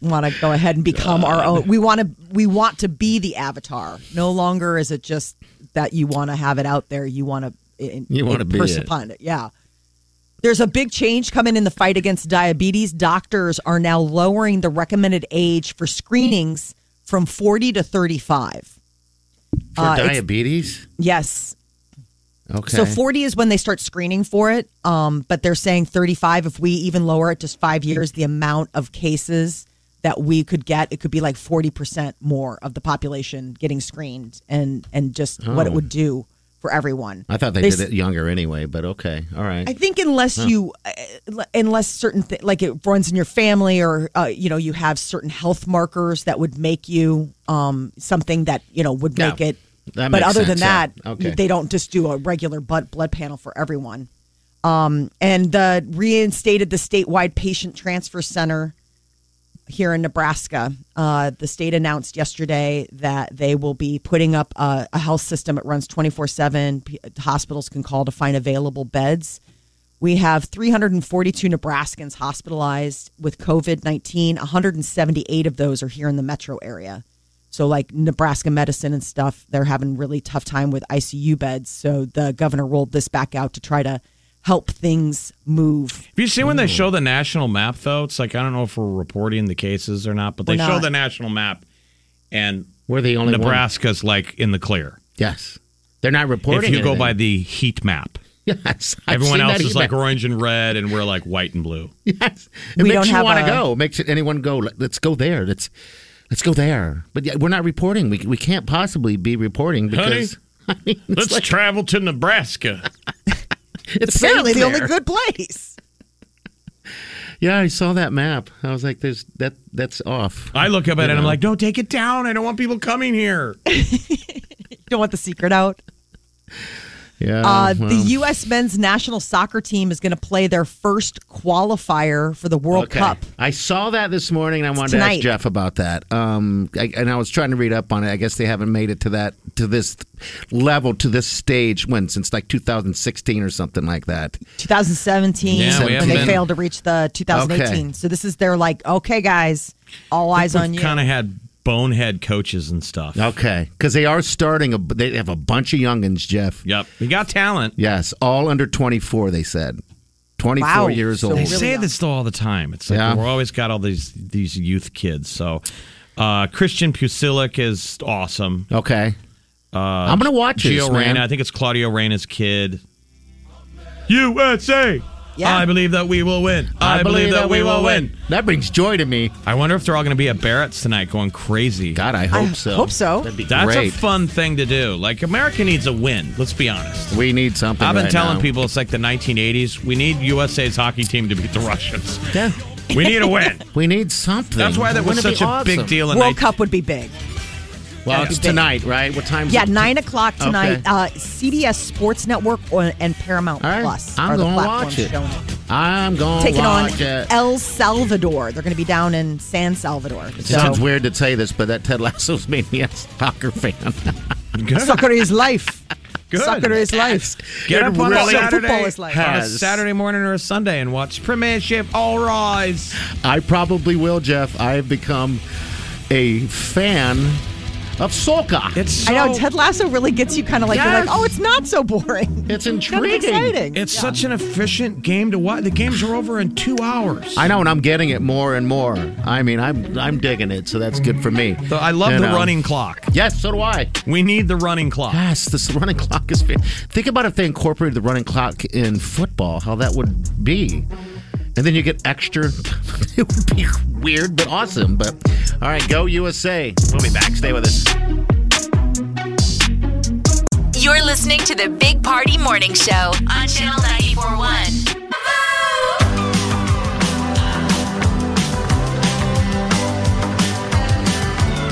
want to go ahead and become our own. We want to we want to be the avatar. No longer is it just that you want to have it out there. You want to
You wanna be it.
upon it. Yeah. There's a big change coming in the fight against diabetes. Doctors are now lowering the recommended age for screenings from 40 to 35.
For
Uh, it's-
diabetes?
Yes.
Okay.
So 40 is when they start screening for it. Um, but they're saying 35, if we even lower it just five years, the amount of cases that we could get, it could be like 40% more of the population getting screened and, and just what it
Oh.
would do for everyone.
I thought they,
They
did
s-
it younger anyway, but okay. All right.
I think unless you, uh, unless certain th- like it runs in your family or uh, you know you have certain health markers that would make you um, something that you know would
Yeah.
make it.
That
but
makes
other than
sense, yeah.
that,
Okay.
they don't just do a regular blood blood panel for everyone. Um, and the reinstated the statewide patient transfer center here in Nebraska. Uh, the state announced yesterday that they will be putting up a, a health system. It runs 24 7. Hospitals can call to find available beds. We have 342 Nebraskans hospitalized with COVID 19. 178 of those are here in the metro area. So, like Nebraska medicine and stuff, they're having really tough time with ICU beds. So, the governor rolled this back out to try to help things move.
Have you seen when they
Hmm.
show the national map though? It's like I don't know if we're reporting the cases or not, but they
We're
show
not.
the national map and
We're the only one.
Nebraska's like in the clear.
Yes. They're not
If
reporting.
you go
anything.
by the heat map.
Yes. I've seen
Everyone else
that
is like
email.
orange and red and we're like white and blue.
Yes. It
We
makes
don't
you
have
want to
a-
go. It makes it anyone go. Let- Let's go there. Let's let's go there. But yeah, we're not reporting. We we can't possibly be reporting because I mean, it's
Let's
like-
travel to Nebraska.
it's
Apparently,
safe
the only
there.
good place.
Yeah, I saw that map. I was like, "There's that. That's off."
I look up at it and I'm
know.
like, no, take it down. I don't want people coming here.
Don't want the secret out.
Yeah.
Uh,
well,
the U.S. men's national soccer team is going to play their first qualifier for the World
okay.
Cup.
I saw that this morning, and I wanted to ask
tonight.
Jeff about that. Um, I, and I was trying to read up on it. I guess they haven't made it to that to this level to this stage when since like 2016 or something like that.
2017,
Yeah,
we
when they
haven't been-
failed to reach the 2018.
Okay.
So this is their like, okay, guys, all eyes on
We've
you.
kind of had bonehead coaches and stuff.
Okay, because they are starting. A, they have a bunch of youngins, Jeff.
Yep. We got talent.
Yes, all under 24. They said 24
Wow,
years
so
old.
They
really
say
young.
this though all the time. It's like
Yeah.
we're always got all these these youth kids. So uh, Christian Pusilic is awesome.
okay, I'm gonna watch this,
Uh, Gio
man.
Reyna, I think it's Claudio Reyna's kid. USA.
Yeah.
I believe that we will win. I, believe, that, we will win.
That brings joy to me.
I wonder if they're all going to be at Barrett's tonight, going crazy.
God, I hope
I
so.
hope so.
That'd be
That's
great.
a fun thing to do. Like America needs a win. Let's be honest.
we need something.
I've been
right
telling
now.
people it's like the 1980s. We need USA's hockey team to beat the Russians.
Yeah,
We need a win.
we need something.
That's why that was
Wouldn't it
such
be
a big
awesome?
deal in
World
19-
Cup would be big.
Well,
Yeah.
it's tonight, right? What time?
Yeah,
it?
nine o'clock tonight.
Okay.
Uh, CBS Sports Network or, and Paramount
All right,
Plus
I'm
are the
gonna
platforms
watch it.
showing it.
I'm going
Taking
to
on
watch it.
El Salvador. They're going to be down in San Salvador.
It sounds weird to say this, but that Ted Lasso's made me a soccer fan.
Soccer is life.
Good.
Sucker is life.
Get up on
really
a Saturday,
football is like-
on a
Has.
Saturday morning or a Sunday and watch Premiership. All rise.
I probably will, Jeff. I have become a fan of soca.
It's so,
I know Ted Lasso really gets you kind of like you're
Yes.
like, oh, it's not so boring.
It's
Kind of
intriguing.
exciting.
It's such an efficient game to watch. The games are over in two hours.
I know, and I'm getting it more and more. I mean, I'm I'm digging it, so that's good for me.
So I love
You
the
know.
running clock.
Yes, so do I.
We need the running clock.
Yes, this running clock is. fa- Think about if they incorporated the running clock in football, how that would be, and then you get extra. it would be weird, but awesome. But all right, go USA. We'll be back. Stay with us.
You're listening to the Big Party Morning Show on Channel 941.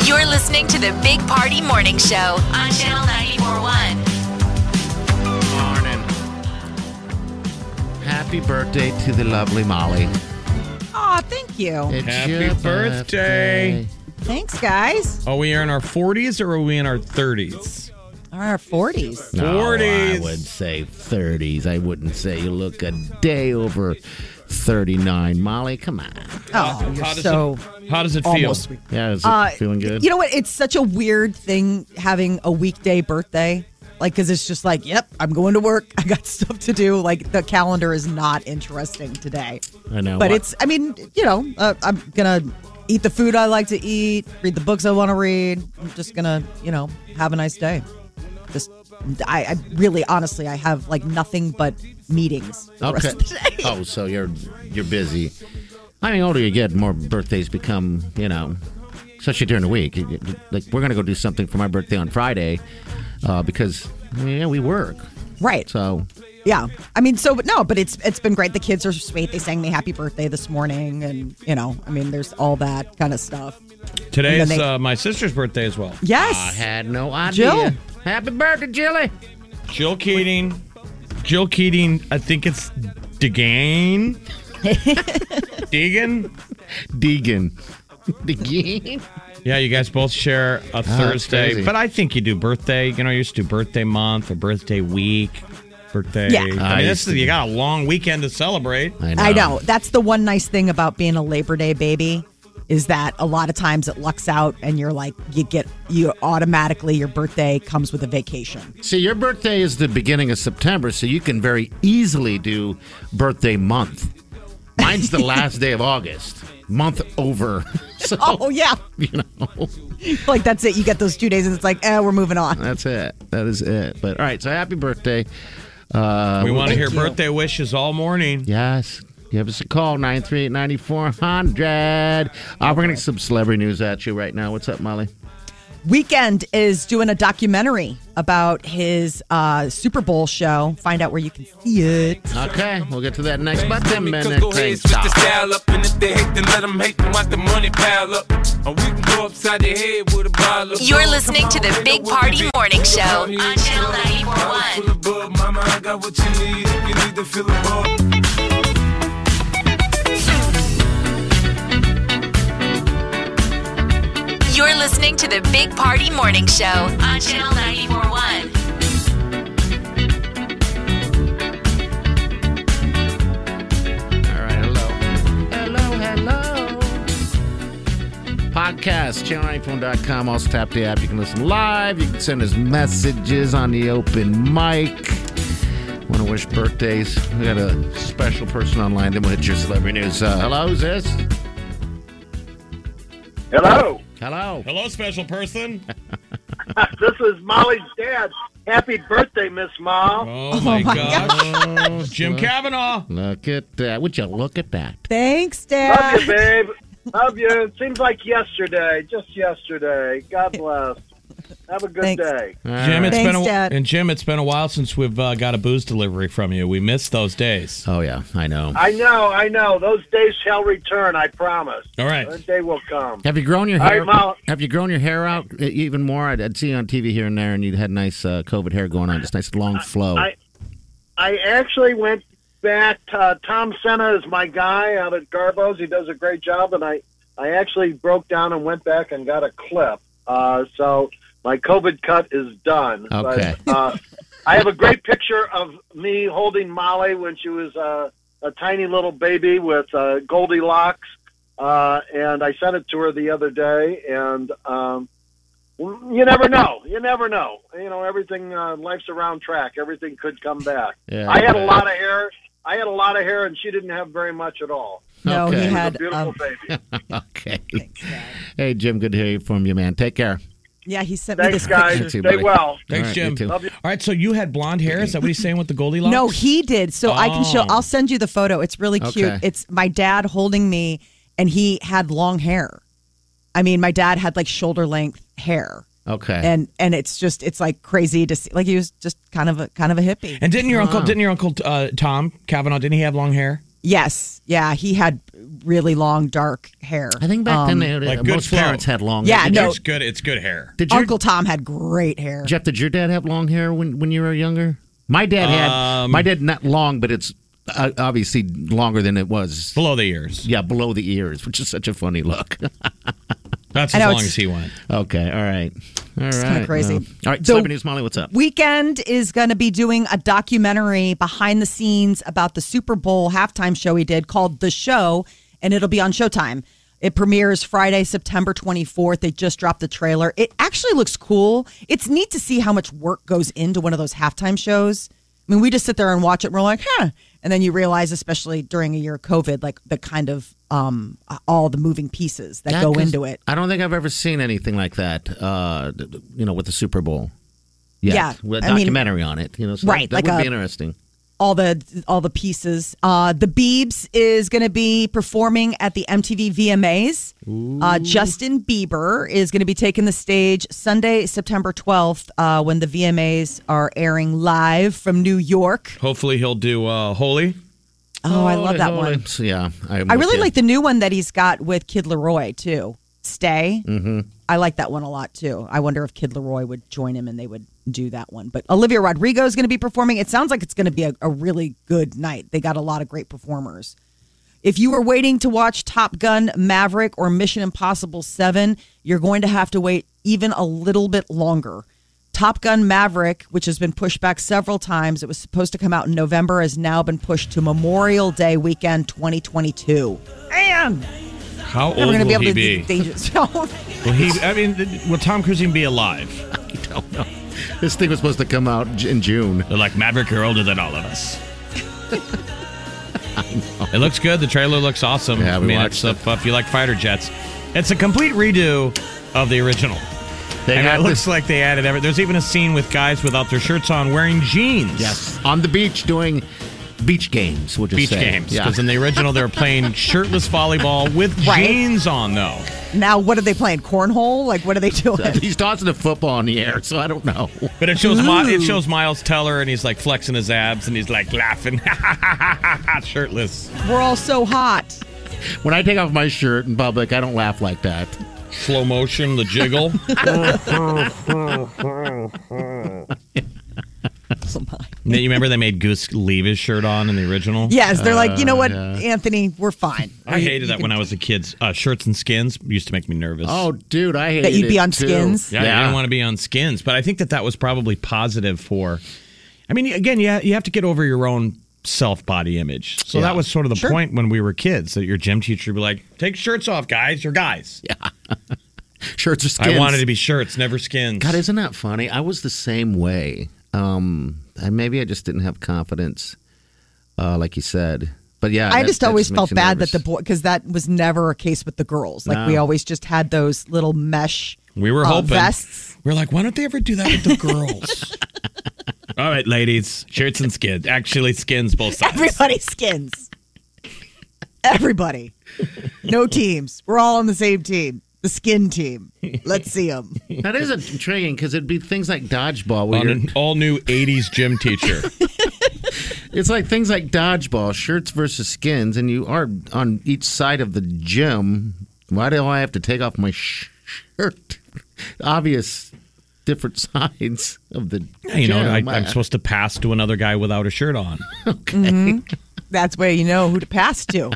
You're listening to the Big Party Morning Show on Channel 941.
Morning. Happy birthday to the lovely Molly.
Aw, thank you.
It's
Happy
your
birthday.
Thanks, guys.
Are we in our 40s or are we in our 30s?
Our forties.
No,
40s.
I would say 30s. I wouldn't say you look a day over 39. Molly, come on.
Oh, you're
How does
so
it, how does it feel?
almost sweet.
Yeah, is it
Uh,
feeling good?
You know what? It's such a weird thing having a weekday birthday. Like, because it's just like, yep, I'm going to work. I got stuff to do. Like, the calendar is not interesting today.
I know.
But
Why-
it's, I mean, you know, uh, I'm going to eat the food I like to eat, read the books I want to read. I'm just going to, you know, have a nice day. Just, I, I really, honestly, I have like nothing but meetings. for the rest
okay.
of the day.
oh, so you're you're busy. I mean, older you get, more birthdays become, you know, especially during the week. You- you- Like, we're going to go do something for my birthday on Friday uh, because, yeah, we work.
Right.
So,
Yeah, I mean, so but no, but it's it's been great. The kids are sweet. They sang me happy birthday this morning, and you know, I mean, there's all that kind of stuff.
Today
And
is
then they-
uh, my sister's birthday as well.
Yes,
I had no idea.
Jill.
Happy birthday, Jilly.
Jill Keating. Jill Keating, I think it's Degain. Deegan?
Deegan. Deegan?
Yeah, you guys both share a Thursday.
crazy.
But I think you do birthday. You know, you used to do birthday month or birthday week. Birthday.
Yeah.
I mean,
I
this
used
is,
to-
you got a long weekend to celebrate.
um,
I know. That's the one nice thing about being a Labor Day baby is that a lot of times it lucks out, and you're like, you get you automatically your birthday comes with a vacation.
See, your birthday is the beginning of September, so you can very easily do birthday month. Mine's the last day of August, month over. So,
Oh yeah,
you know,
like that's it. You get those two days, and it's like, eh, we're moving on.
that's it. That is it. But all right, so happy birthday. Uh,
we want to hear
you.
birthday wishes all morning.
Yes. Give us a call, 938 9400. Uh, we're going to get some celebrity news at you right now. What's up, Molly?
Weekend is doing a documentary about his uh, Super Bowl show. Find out where you can see it.
Okay, we'll get to that next. But 10
Cause
minutes.
Go ahead, switch the style up, and if they hate, then let them hate. Them want the money pile up, and we can go upside their head with a bottle. of
You're
rum.
listening to the Big Party Morning Show on Channel 941.
Full of bub, mama, I got what you need. If you need to fill a bub.
You're listening to the Big Party Morning Show on Channel 941.
All right, hello. Hello, hello. Podcast, channel94.com. Also, tap the app. You can listen live. You can send us messages on the open mic. Want to wish birthdays? We got a special person online. Then we'll hit your celebrity news. Uh, hello, who's this?
Hello,
Hello.
Hello, special person.
this is Molly's dad. Happy birthday, Miss Ma.
Oh, my,
my
gosh. Jim Kavanaugh.
Look at that. Would you look at that?
Thanks,
Love
Dad.
you, babe. Love you. Seems like yesterday, just yesterday. God bless. Have a good
Thanks.
day.
All
Jim, it's
Thanks,
been a,
Dad.
and Jim, it's been a while since we've uh, got a booze delivery from you. We missed those days.
Oh, yeah, I know.
I know, I know. Those days shall return. I promise.
All right.
That day will come.
Have you grown your
All
hair?
right, Molly.
have you grown your hair out e- even more? I'd, I'd see you on TV here and there, and you had nice uh, COVID hair going on, just nice long flow.
I, I actually went back. Uh, Tom Senna is my guy out at Garbo's. He does a great job, and I I actually broke down and went back and got a clip. Uh, so my COVID cut is done.
Okay.
But, uh, I have a great picture of me holding Molly when she was uh, a tiny little baby with uh, Goldilocks, uh, and I sent it to her the other day. And um, you never know. You never know. You know, everything. Uh, life's a round track. Everything could come back.
Yeah,
I had a
yeah.
lot of hair. I had a lot of hair, and she didn't have very much at all.
No,
Okay.
he
She was
had.
a beautiful
Um,
baby.
Okay. Hey, Jim, good to hear from you, man. Take care.
yeah, he sent me
Thanks,
this picture.
guys.
Thanks, you,
Stay
buddy.
well.
All
Thanks,
right,
Jim.
you too.
All right, so you had blonde hair. Is that what he's saying with the Goldilocks?
No, he did. So I can show.
Oh.
I'll send you the photo. It's really cute.
Okay.
It's my dad holding me, and he had long hair. I mean, my dad had like shoulder length hair,
Okay.
and and it's just it's like crazy to see. Like he was just kind of a kind of a hippie.
And
Uh-uh.
didn't your uncle? Didn't your uncle uh, Tom Kavanaugh? Didn't he have long hair?
yes, yeah, he had really long dark hair.
I think back
Um,
then they, uh,
like good
most
flow.
parents had long
Yeah,
hair. Did
no.
your-
It's good. It's good hair.
Did your,
Uncle Tom had great hair.
Jeff, did your dad have long hair when, when you were younger? My dad had.
Um,
my dad not long, but it's uh, obviously longer than it was.
Below the ears.
Yeah, below the ears, which is such a funny look.
That's
I
as
know,
long
it's-
as he went.
okay, all right, all right.
kinda crazy.
well. all right,
So-
celebrity news, Molly. What's up?
Weekend is going to be doing a documentary behind the scenes about the Super Bowl halftime show he did called The Show, and it'll be on Showtime. It premieres Friday, September 24th. They just dropped the trailer. It actually looks cool. It's neat to see how much work goes into one of those halftime shows. I mean, we just sit there and watch it and we're like, huh. And then you realize, especially during a year of COVID, like the kind of um, all the moving pieces that
Yeah,
go
'cause
into it.
I don't think I've ever seen anything like that. Uh, d- d- you know, with the Super Bowl. Yet,
Yeah,
with a
I mean-
documentary on it. You know, so
Right,
That,
like
would
a-
be interesting.
all the all the pieces. Uh, the Biebs is going to be performing at the MTV VMAs. Uh, Justin Bieber is going to be taking the stage Sunday, September twelfth, uh, when the VMAs are airing live from New York.
Hopefully he'll do uh, holy.
Oh, I love that one.
So, yeah, I'm
I
with
really
you.
like the new one that he's got with Kid Leroy too. Stay. Mm-hmm. I like that one a lot too. I wonder if Kid Leroy would join him and they would do that one. But Olivia Rodrigo is going to be performing. It sounds like it's going to be a, a really good night. They got a lot of great performers. If you were waiting to watch Top Gun Maverick or Mission Impossible 7, you're going to have to wait even a little bit longer. Top Gun Maverick, which has been pushed back several times, it was supposed to come out in November, has now been pushed to Memorial Day weekend 2022. And
How
we're
old
going to be
will
able
he
to
be?
do dangerous.
Will he? I mean, th- will Tom Cruise even be alive?
I don't know. This thing was supposed to come out j- in June.
They're like Maverick. You're older than all of us. It looks good. The trailer looks awesome.
Yeah,
I
we
mean,
watched
it's a, if you like fighter jets, it's a complete redo of the original.
They
and
had
it looks
this-
like they added everything. There's even a scene with guys without their shirts on wearing jeans.
yes on the beach doing beach games. We'll just
Beach
say.
games.
Yeah.
Because in the original, they were playing shirtless volleyball with
Right.
jeans on, though.
now, what are they playing? Cornhole? Like, what are they doing?
He's tossing a football in the air, so I don't know.
But it shows Mi- it
Ooh.
shows Miles Teller, and he's like flexing his abs, and he's like laughing, shirtless,
We're all so hot.
When I take off my shirt in public, I don't laugh like that.
slow motion, the jiggle. And then you remember they made Goose leave his shirt on in the original.
Yes, they're like, you know what, Anthony, we're fine.
Uh, I hated that when I was a kid. Uh, shirts and skins used to make me nervous.
Oh, dude, I hate
That you'd be
it,
on
too.
skins?
Yeah, I didn't want to be on skins, but I think that that was probably positive for. I mean, again, you ha- you have to get over your own self body image. So that was sort of the
Sure.
point when we were kids that your gym teacher would be like, "Take shirts off, guys. You're guys."
shirts or skins.
I wanted to be shirts, never skins.
God, isn't that funny? I was the same way. Um, and maybe I just didn't have confidence, uh, like you said. But yeah,
I
that-
just
that
always
makes
felt
you
bad
nervous.
that the boy, because that was never a case with the girls. Like we
No.
always just had those little mesh
we were
uh,
hoping.
vests.
We are like, why don't they ever do that with the girls? All right, ladies, shirts and skins. Actually, skins both sides.
Everybody skins. Everybody. No teams. We're all on the same team. The skin team. Let's see them.
that is intriguing because it'd be things like dodgeball. Where
on
you're,
an all new '80s gym teacher.
It's like things like dodgeball, shirts versus skins, and you are on each side of the gym. Why do I have to take off my sh- shirt? Obvious different sides of the
you know, I,
gym.
I'm supposed to pass to another guy without a shirt on.
That's where you know who to pass to.
Uh,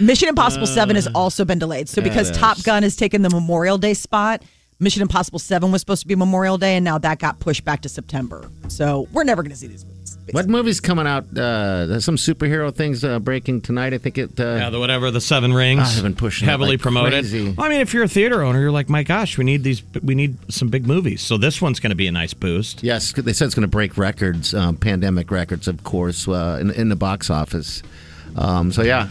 Mission Impossible 7 has also been delayed. So because Top Gun has taken the Memorial Day spot, Mission Impossible 7 was supposed to be Memorial Day, and now that got pushed back to September. So we're never going to see these movies.
What movie's coming out? Uh, there's some superhero things uh, breaking tonight. I think it. Uh,
Yeah, the whatever the seven rings.
I have been pushing it
heavily
like
promoted.
crazy.
Well, I mean, if you're a theater owner, you're like, my gosh, we need these. We need some big movies. So this one's going to be a nice boost.
Yes, they said it's going to break records, um, pandemic records, of course, uh, in, in the box office. Um, so, yeah,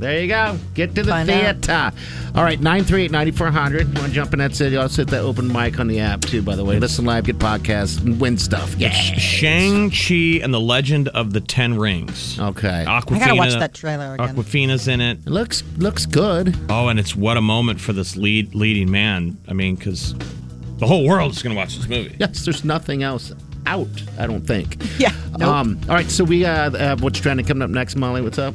there you go. Get to the
Find out.
theater. All right, 938 9400. Want to jump in that city? Also, hit that open mic on the app, too, by the way. Listen live, get podcasts, and win stuff. Yeah.
Shang Chi and the Legend of the Ten Rings.
Okay.
Aquafina.
I got to watch that trailer again.
Aquafina's in it.
It looks, looks good.
Oh, and it's what a moment for this lead leading man. I mean, because the whole world's going to watch this movie.
Yes, there's nothing else out, I don't think.
Yeah, nope.
Um, all right, so we uh, have what's trending coming up next, Molly. What's up?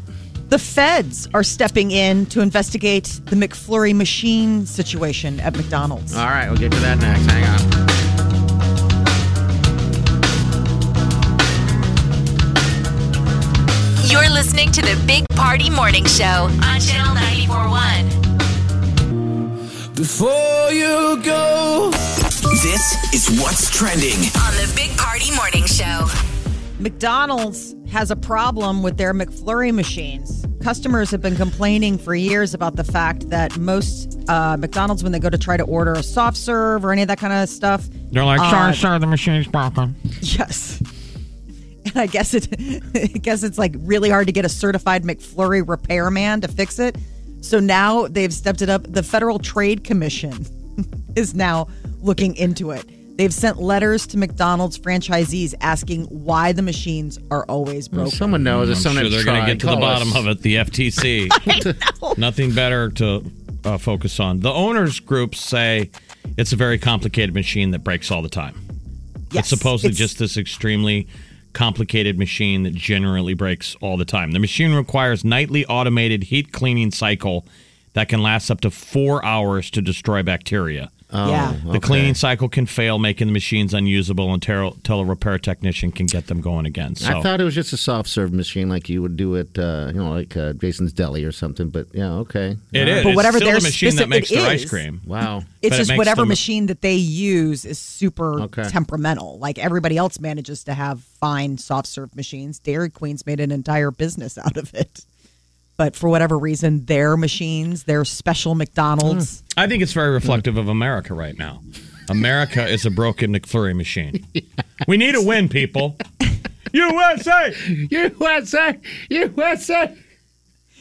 The feds are stepping in to investigate the McFlurry machine situation at McDonald's.
All right, we'll get to that next. Hang on.
You're listening to the Big Party Morning Show on Channel 941.
Before you go.
This is what's trending.
On the Big Party Morning Show.
McDonald's has a problem with their McFlurry machines. Customers have been complaining for years about the fact that most uh, McDonald's, when they go to try to order a soft serve or any of that kind of stuff,
They're like,
Uh,
sorry, sorry, Oh, the machine's broken.
yes. And I guess it, I guess it's like really hard to get a certified McFlurry repairman to fix it. So now they've stepped it up. The Federal Trade Commission is now looking into it. They've sent letters to McDonald's franchisees asking why the machines are always
Well,
broken.
someone knows. If
Oh, I'm
someone
sure they're going to get to the bottom of it. The FTC.
it.
Nothing better to uh, focus on. The owners' groups say it's a very complicated machine that breaks all the time.
Yes,
It's supposedly
it's-
just this extremely complicated machine that generally breaks all the time. The machine requires nightly automated heat cleaning cycle that can last up to four hours to destroy bacteria.
yeah.
The cleaning cycle can fail, making the machines unusable until, until a repair technician can get them going again. So
I thought it was just a soft serve machine, like you would do at, uh, you know, like uh, Jason's Deli or something. But yeah, okay.
it is.
But whatever
it's still
their
the machine
specific-
that makes
it
their ice
is.
cream.
Wow.
It's
But it
just
makes
whatever
them-
machine that they use is super
Okay.
temperamental. Like everybody else manages to have fine soft serve machines. Dairy Queen's made an entire business out of it. But for whatever reason, their machines, their special McDonald's.
Hmm.
I think it's very reflective of America right now. America is a broken McFlurry machine. We need a win, people. USA!
USA! USA!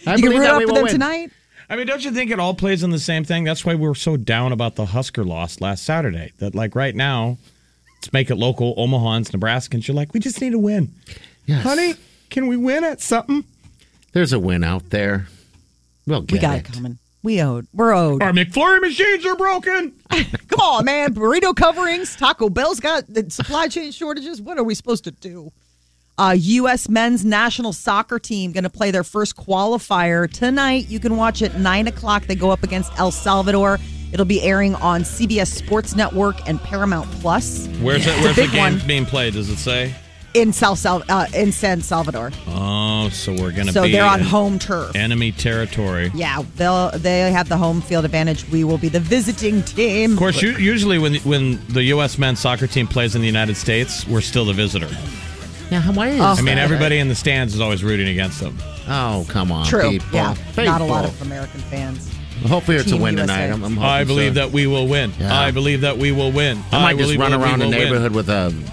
I
You can
believe
root
that
up
we
for
will
them
win.
tonight.
I mean, don't you think it all plays in the same thing? That's why we were so down about the Husker loss last Saturday. That, like, right now, let's make it local Omahans, Nebraskans. You're like, we just need a win.
Yes.
Honey, can we win at something?
There's a win out there. We'll get
We got
it.
it coming. We owed. We're owed.
Our McFlurry machines are broken.
Come on, man. Burrito coverings. Taco Bell's got the supply chain shortages. What are we supposed to do? Uh, U.S. men's national soccer team going to play their first qualifier tonight. You can watch it nine o'clock. They go up against El Salvador. It'll be airing on CBS Sports Network and Paramount Plus
Where's, it,
a
where's the
big
game
one.
being played? Does it say?
in South Sal- uh, in San Salvador.
Oh, so we're going to
So
be
they're on
in
home turf.
enemy territory.
Yeah, they'll they have the home field advantage. We will be the visiting team.
Of course, u- usually when when the U.S. men's soccer team plays in the United States, we're still the visitor.
Yeah, how- why is
I
I mean,
that?
everybody in the stands is always rooting against them.
Oh, come on.
True.
People.
Yeah. Not a lot
People.
of American fans.
Hopefully it's a
Team
win
USA.
tonight. I'm, I'm hoping
I believe
so.
that we will win.
Yeah.
I believe that we will win.
I might just
believe
run
that we
around the
will win.
neighborhood with a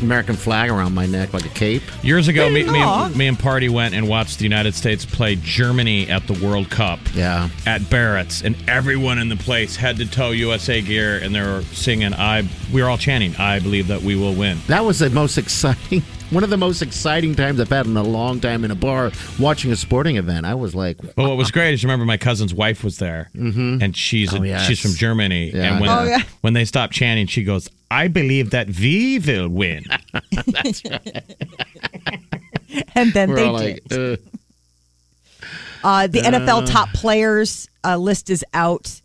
American flag around my neck like a cape.
Years ago, me, me,
Belong.
and, me and Party went and watched the United States play Germany at the World Cup
Yeah.
at Barrett's, and everyone in the place head to toe USA gear, and they were singing. I we were all chanting. I believe that we will win.
That was the most exciting, one of the most exciting times I've had in a long time in a bar watching a sporting event. I was like,
But what was great is remember my cousin's wife was there, and she's
Oh, yes.
she's from Germany,
Yeah,
and when
I know. Oh,
yeah.
when they stopped chanting, she goes, "I believe that we will win."
And then
we're
they
all like,
did.
uh,
Uh, the NFL top players uh, list is out.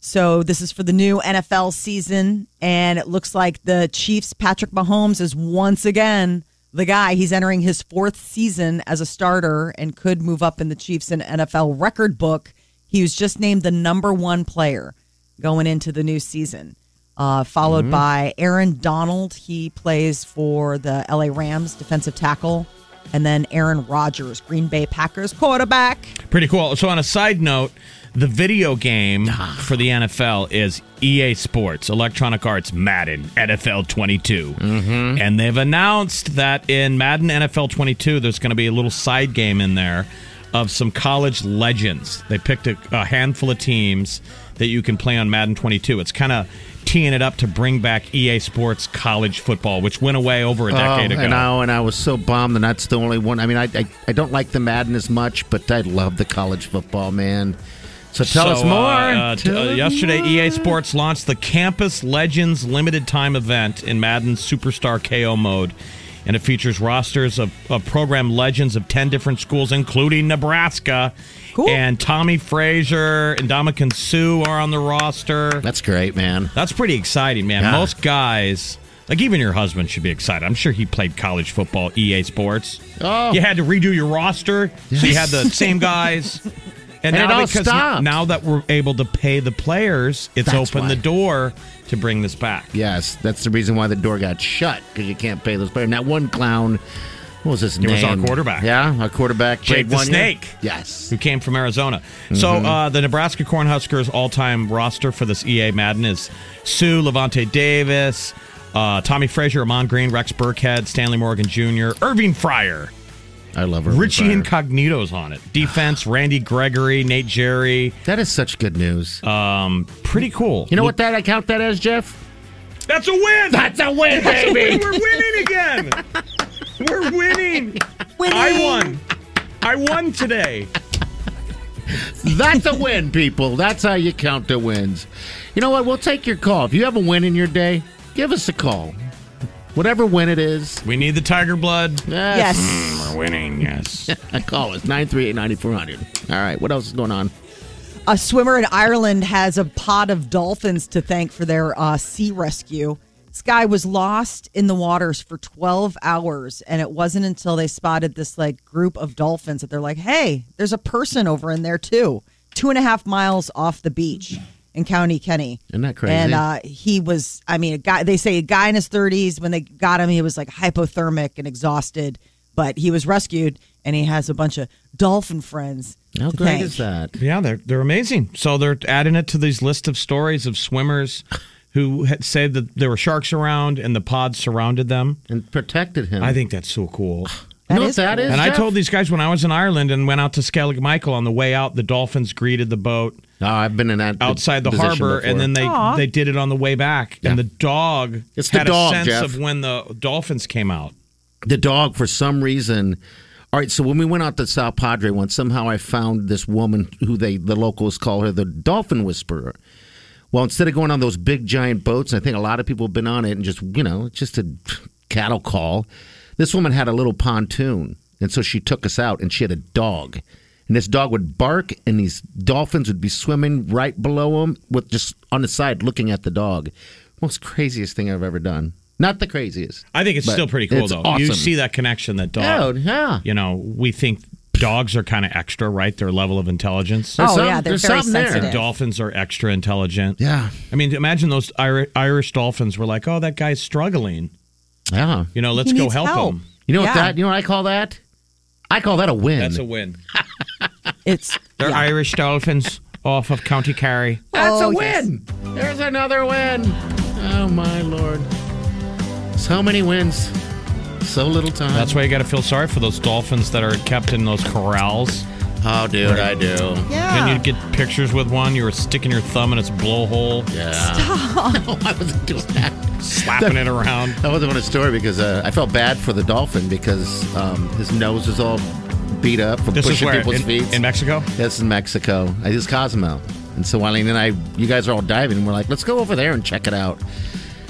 So this is for the new NFL season, and it looks like the Chiefs' Patrick Mahomes is once again the guy. He's entering his fourth season as a starter and could move up in the Chiefs and NFL record book. He was just named the number one player going into the new season. uh, followed by Aaron Donald. He plays for the LA Rams defensive tackle. And then Aaron Rodgers, Green Bay Packers quarterback.
Pretty cool. So, on a side note, the video game
Ah.
for the NFL is EA Sports, Electronic Arts, Madden, NFL 22. Mm-hmm. And they've announced that in Madden NFL 22, there's going to be a little side game in there of some college legends. They picked a, a handful of teams that you can play on Madden 22. It's kind of teeing it up to bring back EA Sports college football, which went away over a decade ago.
I know, oh, and I was so bummed, and that's the only one. I mean, I, I, I don't like the Madden as much, but I love the college football, man. So tell
So,
us more.
uh, uh, t-
Tell
uh,
us
yesterday,
more.
EA Sports launched the Campus Legends limited time event in Madden Superstar KO mode, and it features rosters of, of program legends of 10 different schools, including Nebraska.
Cool.
And Tommy Frazier and Dominican Sue are on the roster.
That's great, man.
That's pretty exciting, man.
Yeah.
Most guys, like even your husband, should be excited. I'm sure he played college football, EA Sports.
Oh.
you had to redo your roster, so you had the same guys.
And
And,
it
now,
all
because
stopped.
now that we're able to pay the players, it's
That's
opened
why.
the door to bring this back.
Yes, that's the reason why the door got shut because you can't pay those players. And that one clown, what was his name?
was our quarterback.
Yeah, our quarterback.
Jake
played
the
one year.
Snake.
Yes.
who came from Arizona. So
Mm-hmm.
uh, the Nebraska Cornhuskers all-time roster for this EA Madden is Sue Levante Davis, uh, Tommy Frazier, Amon Green, Rex Burkhead, Stanley Morgan Jr., Irving Fryer,
I love her.
Richie Incognito's on it. Defense: Randy Gregory, Nate Jerry.
That is such good news.
Um, pretty cool.
you know what that I count that as, Jeff?
That's a win.
That's a win, baby.
We're winning again. We're winning. I won. I won today.
That's a win, people. That's how you count the wins. You know what? We'll take your call. If you have a win in your day, give us a call. Whatever win it is,
We need the Tiger blood.
Yes.
Mm.
We're winning. Yes.
call us 938 9400. All right, what else is going on?
A swimmer in Ireland has a pod of dolphins to thank for their uh, sea rescue. This guy was lost in the waters for 12 hours, and it wasn't until they spotted this like group of dolphins that they're like, "Hey, there's a person over in there too, two and a half miles off the beach in County Kenny."
Isn't that crazy?
And uh, he was, I mean, a guy. They say a guy in his 30s. When they got him, he was like hypothermic and exhausted, but he was rescued, and he has a bunch of dolphin friends.
How
to
great
thank.
is that?
Yeah, they're they're amazing. So they're adding it to these list of stories of swimmers who had said that there were sharks around and the pods surrounded them.
And protected him.
I think that's so cool.
you know
That
what
is
that
cool.
is?
And I
Jeff?
told these guys when I was in Ireland and went out to Skellig Michael on the way out, the dolphins greeted the boat
No, Oh, I've been in that
outside the
position
harbor,
before.
and then they they did it on the way back. And the dog
It's the
had
dog,
a sense
Jeff.
of when the dolphins came out.
the dog for some reason. All right, so when we went out to South Padre once, somehow I found this woman who they the locals call her the dolphin whisperer. Well, instead of going on those big giant boats, I think a lot of people have been on it and just you know, it's just a cattle call. This woman had a little pontoon, and so she took us out, and she had a dog, and this dog would bark, and these dolphins would be swimming right below him with just on the side looking at the dog. Most craziest thing I've ever done. Not the craziest.
I think it's
but
still pretty cool
it's
though. You
awesome.
see that connection that dog.
Dude, yeah.
You know, we think dogs are kind of extra, right? Their level of intelligence.
There's
Oh,
some-
yeah, they're
there's
very
something there.
sensitive.
Dolphins are extra intelligent.
Yeah,
I mean, imagine those Iri- Irish dolphins were like, "Oh, that guy's struggling.
yeah.
You know, let's
He
go
needs
help,
help.
him."
You know what
Yeah.
that? You know what I call that? I call that a win.
That's a win.
It's
They're
yeah.
Irish dolphins off of County Kerry.
That's a
Oh, yes.
win. There's another win. Oh my lord! So many wins, so little time.
That's why you got to feel sorry for those dolphins that are kept in those corrals.
oh, dude, I do.
Yeah.
Ah.
And you'd get pictures with one. You were sticking your thumb in its blowhole,
Yeah. No, I wasn't doing that.
slapping it around.
That wasn't a story because uh, I felt bad for the dolphin because um, his nose was all beat up from
This is
pushing
where
people's
in,
feet.
in Mexico.
That's in Mexico. I was Cozumel. And so Eileen and I, you guys are all diving, and we're like, let's go over there and check it out.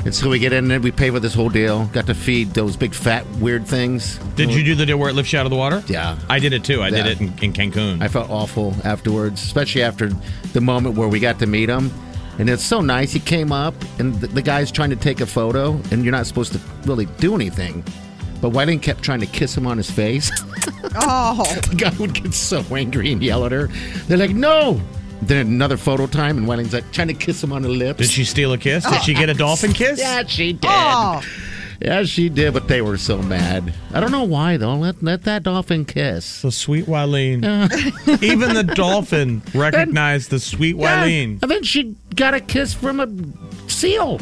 And so we get in and we pay for this whole deal. Got to feed those big fat weird things.
Did you do the deal where it lifts you out of the water?
Yeah.
I did it too. I did
Yeah.
it in, in Cancun.
I felt awful afterwards, especially after the moment where we got to meet him. And it's so nice. He came up, and the, the guy's trying to take a photo, and you're not supposed to really do anything. But Wyling kept trying to kiss him on his face.
Oh,
the guy would get so angry and yell at her. They're like, no, Then another photo time, and Wiley's like trying to kiss him on the lips.
Did she steal a kiss? Did she get a dolphin kiss?
Oh, Yeah, she did.
Oh.
Yeah, she did, but they were so mad. I don't know why though. Let let that dolphin kiss.
The sweet Wileen. Even the dolphin recognized the sweet Wileen.
Yeah. And then she got a kiss from a seal.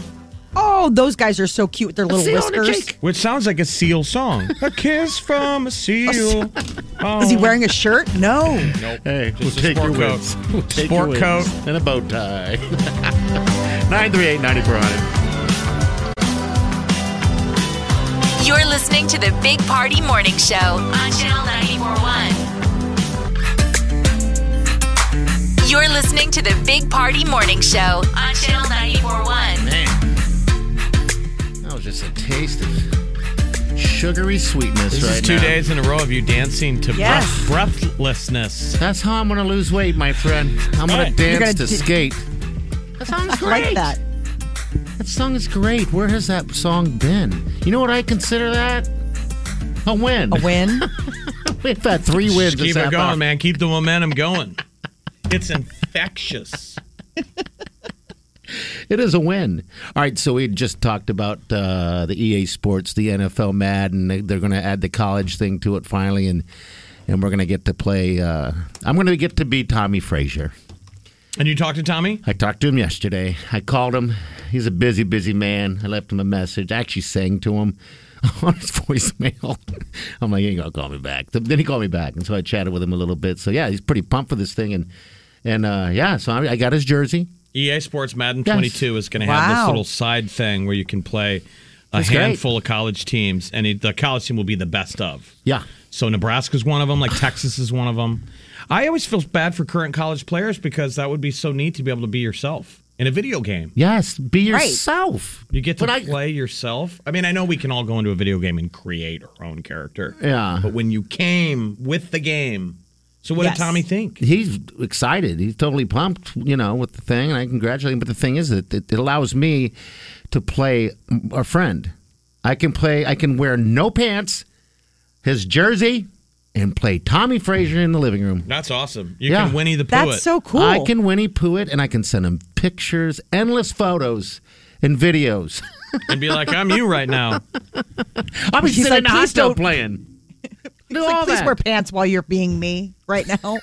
Oh, those guys are so cute with their
A
little
seal on the
whiskers.
cheek.
Which sounds like a seal song. a kiss from a seal. Oh.
Is he wearing a shirt? No.
Hey, we'll
a
take your
sport coat.
wins. We'll take
Sport
your
coat.
wins. and a bow tie. Nine three eight ninety four hundred.
You're listening to the Big Party Morning Show on Channel 941. You're listening to the Big Party Morning Show on Channel 941.
Man, that was just a taste of sugary sweetness
This
right
is two
now.
days in a row of you dancing to
Yes.
breath- breathlessness.
That's how I'm gonna lose weight, my friend. I'm gonna
Hey,
dance
gonna
to
d-
skate. That song's
I
great.
like that.
That song is great. Where has that song been? You know what I consider that? A win.
A win.
We've had three wins.
Just
this
keep it
half
going,
hour.
man. Keep the momentum going. It's infectious.
It is a win. All right, so we just talked about uh, the EA Sports, the NFL Madden. They- They're going to add the college thing to it finally, and and we're going to get to play. Uh, I'm going to get to be Tommy Frazier.
And you talked to Tommy?
I talked to him yesterday. I called him. He's a busy, busy man. I left him a message. I actually sang to him on his voicemail. I'm like, he ain't gonna call me back. Then he called me back, and so I chatted with him a little bit. So yeah, he's pretty pumped for this thing, and and uh, yeah, so I, I got his jersey.
EA E Sports Madden
Yes.
22 is going to have this
Wow.
little side thing where you can play a
That's great.
handful of college teams, and it- the college team will be the best of.
Yeah,
So Nebraska's one of them, like Texas is one of them. I always feel bad for current college players because that would be so neat to be able to be yourself in a video game.
yes, be
Right.
yourself.
You get to
But I-
play yourself. I mean, I know we can all go into a video game and create our own character.
Yeah.
But when you came with the game, so what
Yes.
did Tommy think?
he's excited. He's totally pumped, you know, with the thing, and I congratulate him. But the thing is that it, it allows me to play a friend. I can play. I can wear no pants, his jersey, and play Tommy Frazier in the living room.
That's awesome. You
Yeah.
can Winnie the Pooh.
That's
it.
so cool.
I can Winnie Pooh it, and I can send him pictures, endless photos, and videos.
and be like, I'm you right now.
I'll be
He's
sitting
like,
in the
"Please
hostel
don't-
playing. Do
It's like,
all
please
that.
wear pants while you're being me right now.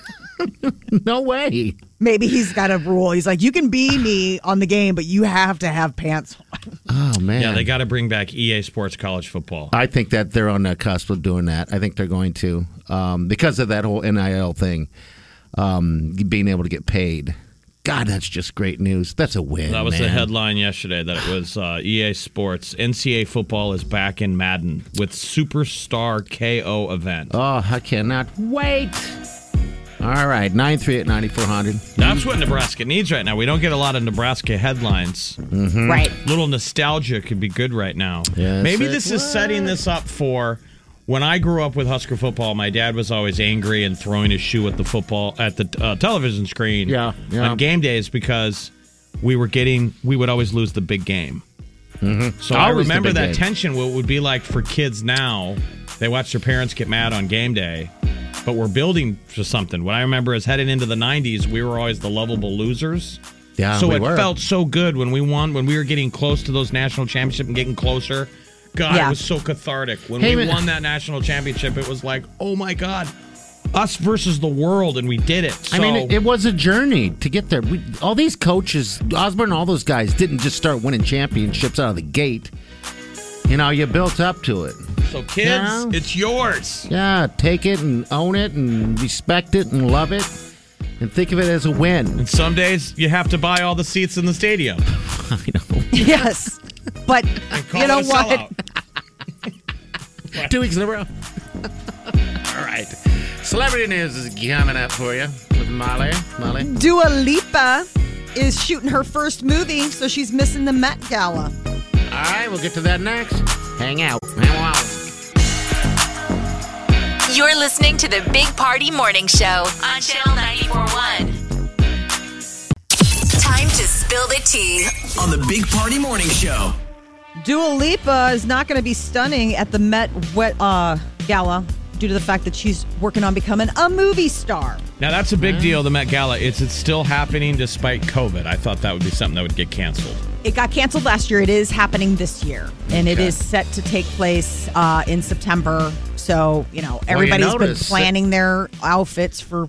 no way.
Maybe he's got a rule. He's like, you can be me on the game, but you have to have pants. on."
Oh man.
Yeah, they got to bring back EA Sports College Football.
I think that they're on the cusp of doing that. I think they're going to um, because of that whole NIL thing, um, being able to get paid. God, that's just great news. That's a win.
That was the
Oh, man.
headline yesterday that it was uh, EA Sports. NCAA football is back in Madden with Superstar KO event.
Oh, I cannot wait. All right, nine three eight ninety four hundred.
That's what Nebraska needs right now. We don't get a lot of Nebraska headlines.
Right.
Little nostalgia could be good right now.
Mm-hmm. Yes,
Maybe
it
this is setting this up for when I grew up with Husker football. My dad was always angry and throwing his shoe at the football at the uh, television screen.
Yeah, yeah.
On game days because we were getting we would always lose the big game. So I
Always the
remember
big
that
game.
tension. What it would be like for kids now? They watch their parents get mad on game day but we're building for something. What I remember is heading into the 90s, we were always the lovable losers.
Yeah,
so
we
it
were.
felt so good when we won, when we were getting close to those national championship and getting closer. God,
Yeah.
it was so cathartic. When
Hey,
we
man.
won that national championship, it was like, oh my God, us versus the world, and we did it. So
I mean, it, it was a journey to get there. We, all these coaches, Osborne, all those guys, didn't just start winning championships out of the gate. You know, you built up to it.
so kids,
Yeah.
it's yours.
Yeah, take it and own it and respect it and love it and think of it as a win.
And some days you have to buy all the seats in the stadium.
I know.
Yes. But
And call
you know
it a
what?
sellout.
Two weeks in a row. All right. Celebrity news is coming up for you with Molly. Molly.
Dua Lipa is shooting her first movie, so she's missing the Met Gala.
All right, we'll get to that next. Hang out. Hang out.
You're listening to the Big Party Morning Show on Channel 941. Time to spill the tea.
on the Big Party Morning Show.
Dua Lipa is not going to be stunning at the Met Wet uh, Gala due to the fact that she's working on becoming a movie star.
Now that's a big deal. The Met Gala. It's it's still happening despite COVID. I thought that would be something that would get canceled.
It got canceled last year. It is happening this year, and it
Okay.
is set to take place uh, in September. So you know
you
everybody's been
notice that-
planning their outfits for.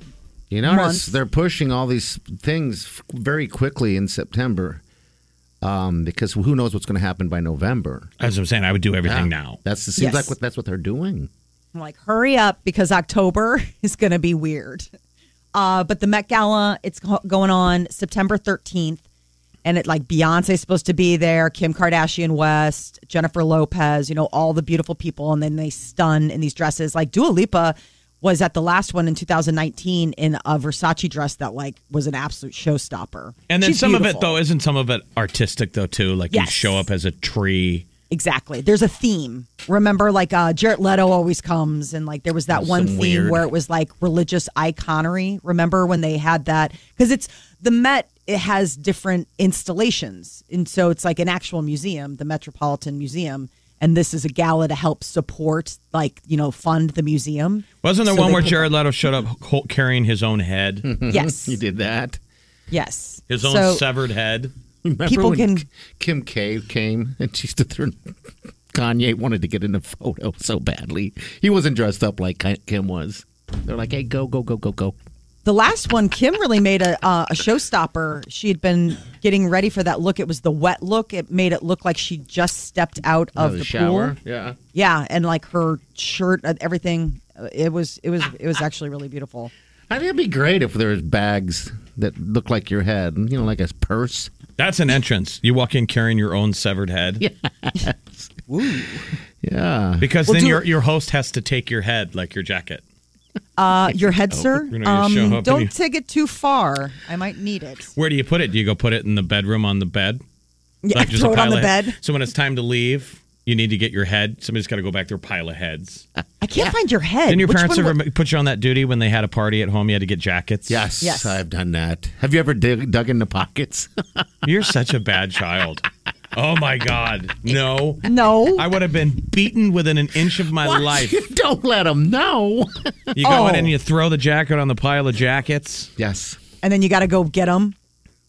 You notice
months.
they're pushing all these things f- very quickly in September um, because who knows what's going to happen by November.
As I'm saying, I would do everything
Yeah.
now.
That's it
Yes.
seems like what that's what they're doing.
I'm like, hurry up because October is going to be weird. Uh, but the Met Gala, it's go- going on September 13th, and it like Beyonce's supposed to be there, Kim Kardashian West, Jennifer Lopez, you know, all the beautiful people, and then they stun in these dresses. Like Dua Lipa was at the last one in 2019 in a Versace dress that like was an absolute showstopper.
And then
She's
some of it
beautiful.
though isn't some of it artistic though too. Like you
Yes.
show up as a tree.
Exactly. There's a theme. Remember, like uh, Jared Leto always comes, and like there was that one theme
weird-
where it was like religious iconery. Remember when they had that? Because it's the Met. It has different installations, and so it's like an actual museum, the Metropolitan Museum, and this is a gala to help support, like you know, fund the museum.
Wasn't there
So
one
they
where
put-
Jared Leto showed up ho- carrying his own head,
Yes,
You did that.
yes,
his own
So-
severed head?
Remember
People
when
can-
K- Kim K came and she stood there. and Kanye wanted to get in the photo so badly. He wasn't dressed up like Ki- Kim was. They're like, "Hey, go, go, go, go, go."
the last one, Kim really made a uh, a showstopper. She had been getting ready for that look. It was the wet look. It made it look like she just stepped out of
the
the
shower.
pool.
Yeah.
Yeah, and like her shirt, uh, everything. Uh, It was it was it was actually really beautiful.
I think it'd be great if there was bags that look like your head, you know, like a purse.
That's an entrance. You walk in carrying your own severed head. Yeah.
Yeah.
Because
Well,
then
do-
your your host has to take your head like your jacket.
Uh, your head, sir.
You know, you show up
Um,
and
don't
you-
take it too far. I might need it.
Where do you put it? Do you go put it in the bedroom on the bed?
Yeah,
Like, just a
throw it on
pile
the
of head-
bed.
So when it's time to leave, you need to get your head. Somebody's got to go back to their pile of heads.
Uh,
I can't find your head.
Didn't your
Which
parents
one
ever
wa-
ma- put you on that duty when they had a party at home? You had to get jackets.
Yes,
Yes.
I've done that. Have you ever dig, dug in the pockets?
You're such a bad child. Oh my God. No.
No.
I would have been beaten within an inch of my life.
You Don't let them know.
You go
Oh.
in and you throw the jacket on the pile of jackets.
Yes.
and then you got to go get them.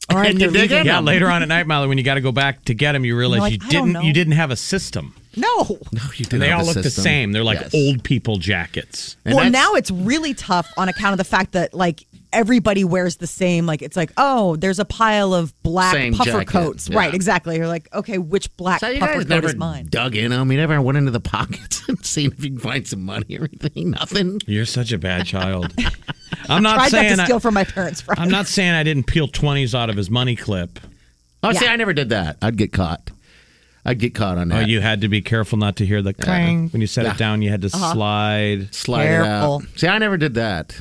All right,
And you
they're
dig
leaving.
in
Yeah,
'em.
later on at night, Molly, when you got to go back to get them, you realize
like,
you
"I don't
didn't. You
know."
didn't have a system.
No.
No, you did
And they
have
all
a
look the
system.
same. They're like
Yes.
old people jackets.
And
well,
that's-
now it's really tough on account of the fact that like everybody wears the same. Like it's like, oh, there's a pile of black
Same
puffer
jacket,
coats.
yeah.
Right, exactly. You're like, okay, which black
So you
puffer
guys
coat
never
is mine?
dug in them. You never went into the pockets and seen if you can find some money or anything. Nothing.
You're such a bad child. I'm not
Tried not
saying
to
I,
steal from my parents. Right?
am not saying I didn't peel 20s out of his money clip.
Oh, see,
Yeah.
I never did that. I'd get caught. I'd get caught on
Oh,
that.
you had to be careful not to hear the clang when you set it down. You had to
Uh-huh.
slide.
slide it out.
Careful.
See, I never did that.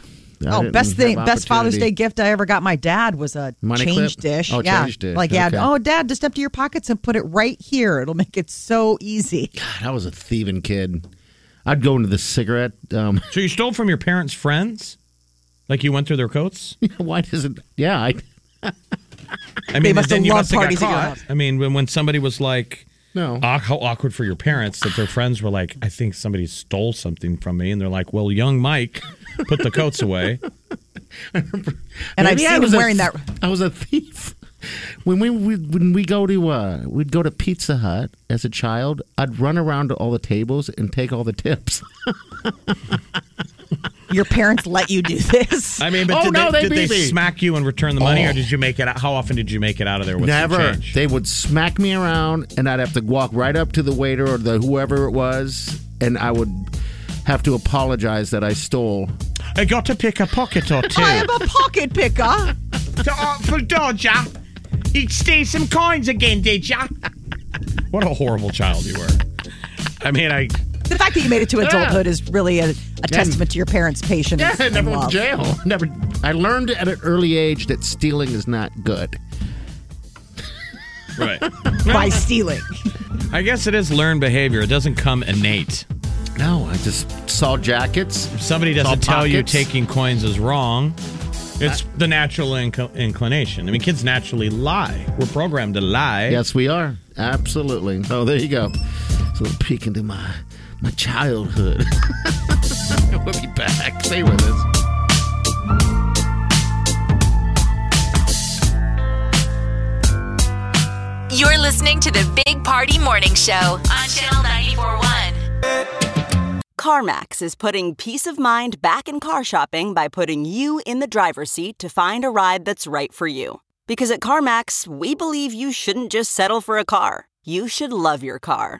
I
Oh,
didn't
best thing,
have
best Father's Day
opportunity.
gift I ever got my dad was a
Money
change
clip?
dish.
Oh,
yeah,
change dish.
like yeah.
Okay.
Oh, dad, just empty your pockets and put it right here. It'll make it so easy.
God, I was a thieving kid. I'd go into the cigarette. Um,
So you stole from your parents' friends? Like you went through their coats?
why doesn't? Yeah, I
I mean,
must
then
have
you
loved
must have got
parties at your
caught.
house.
I mean, when, when somebody was like,
no.
aw- how awkward for your parents that their friends were like, I think somebody stole something from me. And they're like, well, young Mike put the coats away.
And I've
Maybe I
seen him
was a
wearing
th-
that.
I was a thief. When we, we when we go to uh, we'd go to Pizza Hut as a child. I'd run around to all the tables and take all the tips.
Your parents let you do this.
I mean, but
Oh,
did,
no,
they,
they
did
beat
they
me.
smack you and return the money, or did you make it? out How often did you make it out of there with some
Never.
change?
They would smack me around, and I'd have to walk right up to the waiter or the whoever it was, and I would have to apologize that I stole.
I got to pick a pocket or two.
I am a pocket picker.
the Artful Dodger. He'd steal some coins again, did ya? What a horrible child you were. I mean, I
The fact that you made it to adulthood is really a, a testament to your parents' patience.
Yeah, I
and
never went to
love.
jail. Never. I learned at an early age that stealing is not good.
right.
by stealing.
I guess it is learned behavior. It doesn't come innate.
No, I just saw jackets.
If somebody
It's all
doesn't tell you
pockets.
taking coins is wrong, it's the natural inc- inclination. I mean, kids naturally lie. We're programmed to lie.
Yes, we are. Absolutely. Oh, there you go. It's a little peek into my my childhood. we'll be back. Stay with us.
You're listening to the Big Party Morning Show on Channel 941.
CarMax is putting peace of mind back in car shopping by putting you in the driver's seat to find a ride that's right for you. Because at CarMax, we believe you shouldn't just settle for a car, you should love your car.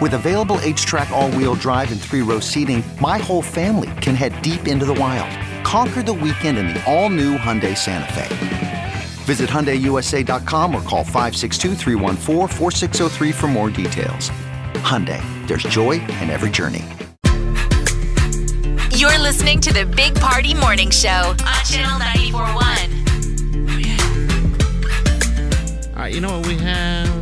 With available H track, all wheel drive, and three row seating, my whole family can head deep into the wild. Conquer the weekend in the all new Hyundai Santa Fe. Visit HyundaiUSA.com or call 562-314-4603 for more details. Hyundai, there's joy in every journey.
You're listening to the Big Party Morning Show on Channel 941.
All right, you know what we have?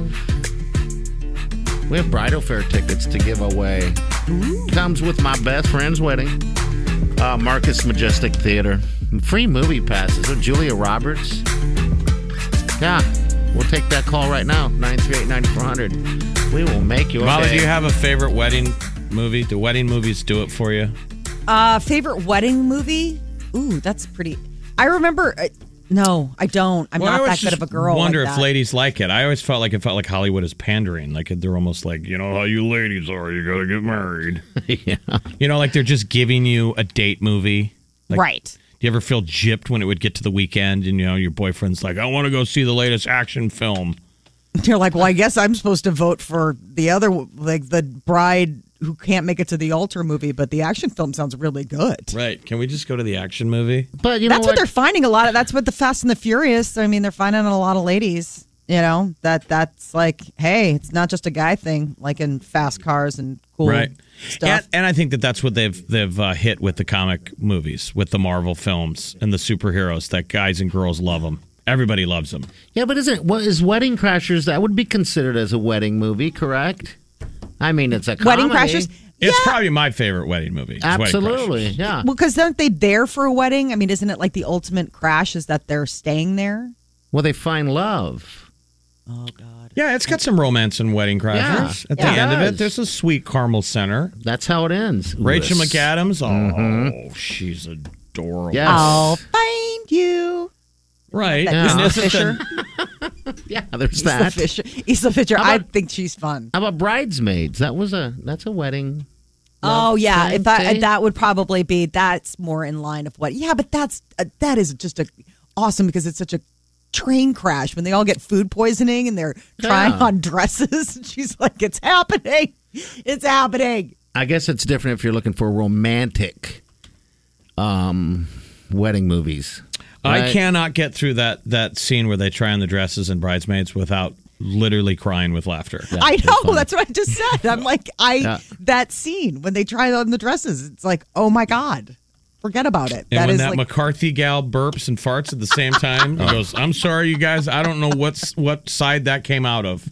We have bridal fair tickets to give away. Comes with my best friend's wedding. Uh, Marcus Majestic Theater. Free movie passes with Julia Roberts. Yeah, we'll take that call right now 938 9400. We will make you a
Molly,
day.
do you have a favorite wedding movie? Do wedding movies do it for you?
Uh, favorite wedding movie? Ooh, that's pretty. I remember. Uh, no, I don't. I'm
Well, I
not that
always
good of
just
a girl.
Wonder
like
if
that.
ladies like it. I always felt like it felt like Hollywood is pandering. Like they're almost like you know how you ladies are. You gotta get married. You know, like they're just giving you a date movie. Like,
right.
Do you ever feel gypped when it would get to the weekend and you know your boyfriend's like, I want to go see the latest action film.
You're like, well, I guess I'm supposed to vote for the other, like the bride who can't make it to the altar movie, but the action film sounds really good.
Right? Can we just go to the action movie?
But you know
that's what? they're finding a lot of. That's what the Fast and the Furious. I mean, they're finding a lot of ladies. You know that that's like, hey, it's not just a guy thing. Like in fast cars and cool
right
stuff.
And, and i think that that's what they've they've uh, hit with the comic movies with the marvel films and the superheroes that guys and girls love them everybody loves them
Yeah, but isn't what is Wedding Crashers? That would be considered as a wedding movie, correct? I mean, it's a
Wedding
comedy.
Crashers.
it's probably my favorite wedding movie is Wedding
Absolutely,
Crashers.
yeah.
Well, because aren't they there for a wedding? I mean, isn't it like the ultimate crash is that they're staying there?
Well, they find love.
yeah it's got some romance in wedding crashers
Yeah.
at the
Yeah, it
end of it
does.
there's a sweet caramel center
That's how it ends.
rachel
Yes.
mcadams oh she's adorable
Yes.
I'll find you.
right
Yeah.
And
Isla
isn't
Fisher.
the-
Yeah, there's
Isla
that.
Fisher. Isla Fisher.
How
I
about-
think she's fun.
How about bridesmaids? That was a that's a wedding.
Oh yeah, if
time
I,
thing?
that would probably be that's more in line of what. Yeah, but that's uh, that is just a awesome because it's such a train crash when they all get food poisoning and they're trying
Yeah.
on dresses. And she's like, "It's happening, it's happening."
I guess it's different if you're looking for romantic um wedding movies.
i
Right.
cannot get through that that scene where they try on the dresses and bridesmaids without literally crying with laughter
I know that's what I just said. I'm like, I
Yeah.
that scene when they try on the dresses. It's like, oh my god, forget about it.
And
That
when
is
that
like
McCarthy gal burps and farts at the same time, he goes, "I'm sorry, you guys. I don't know what's what side that came out of."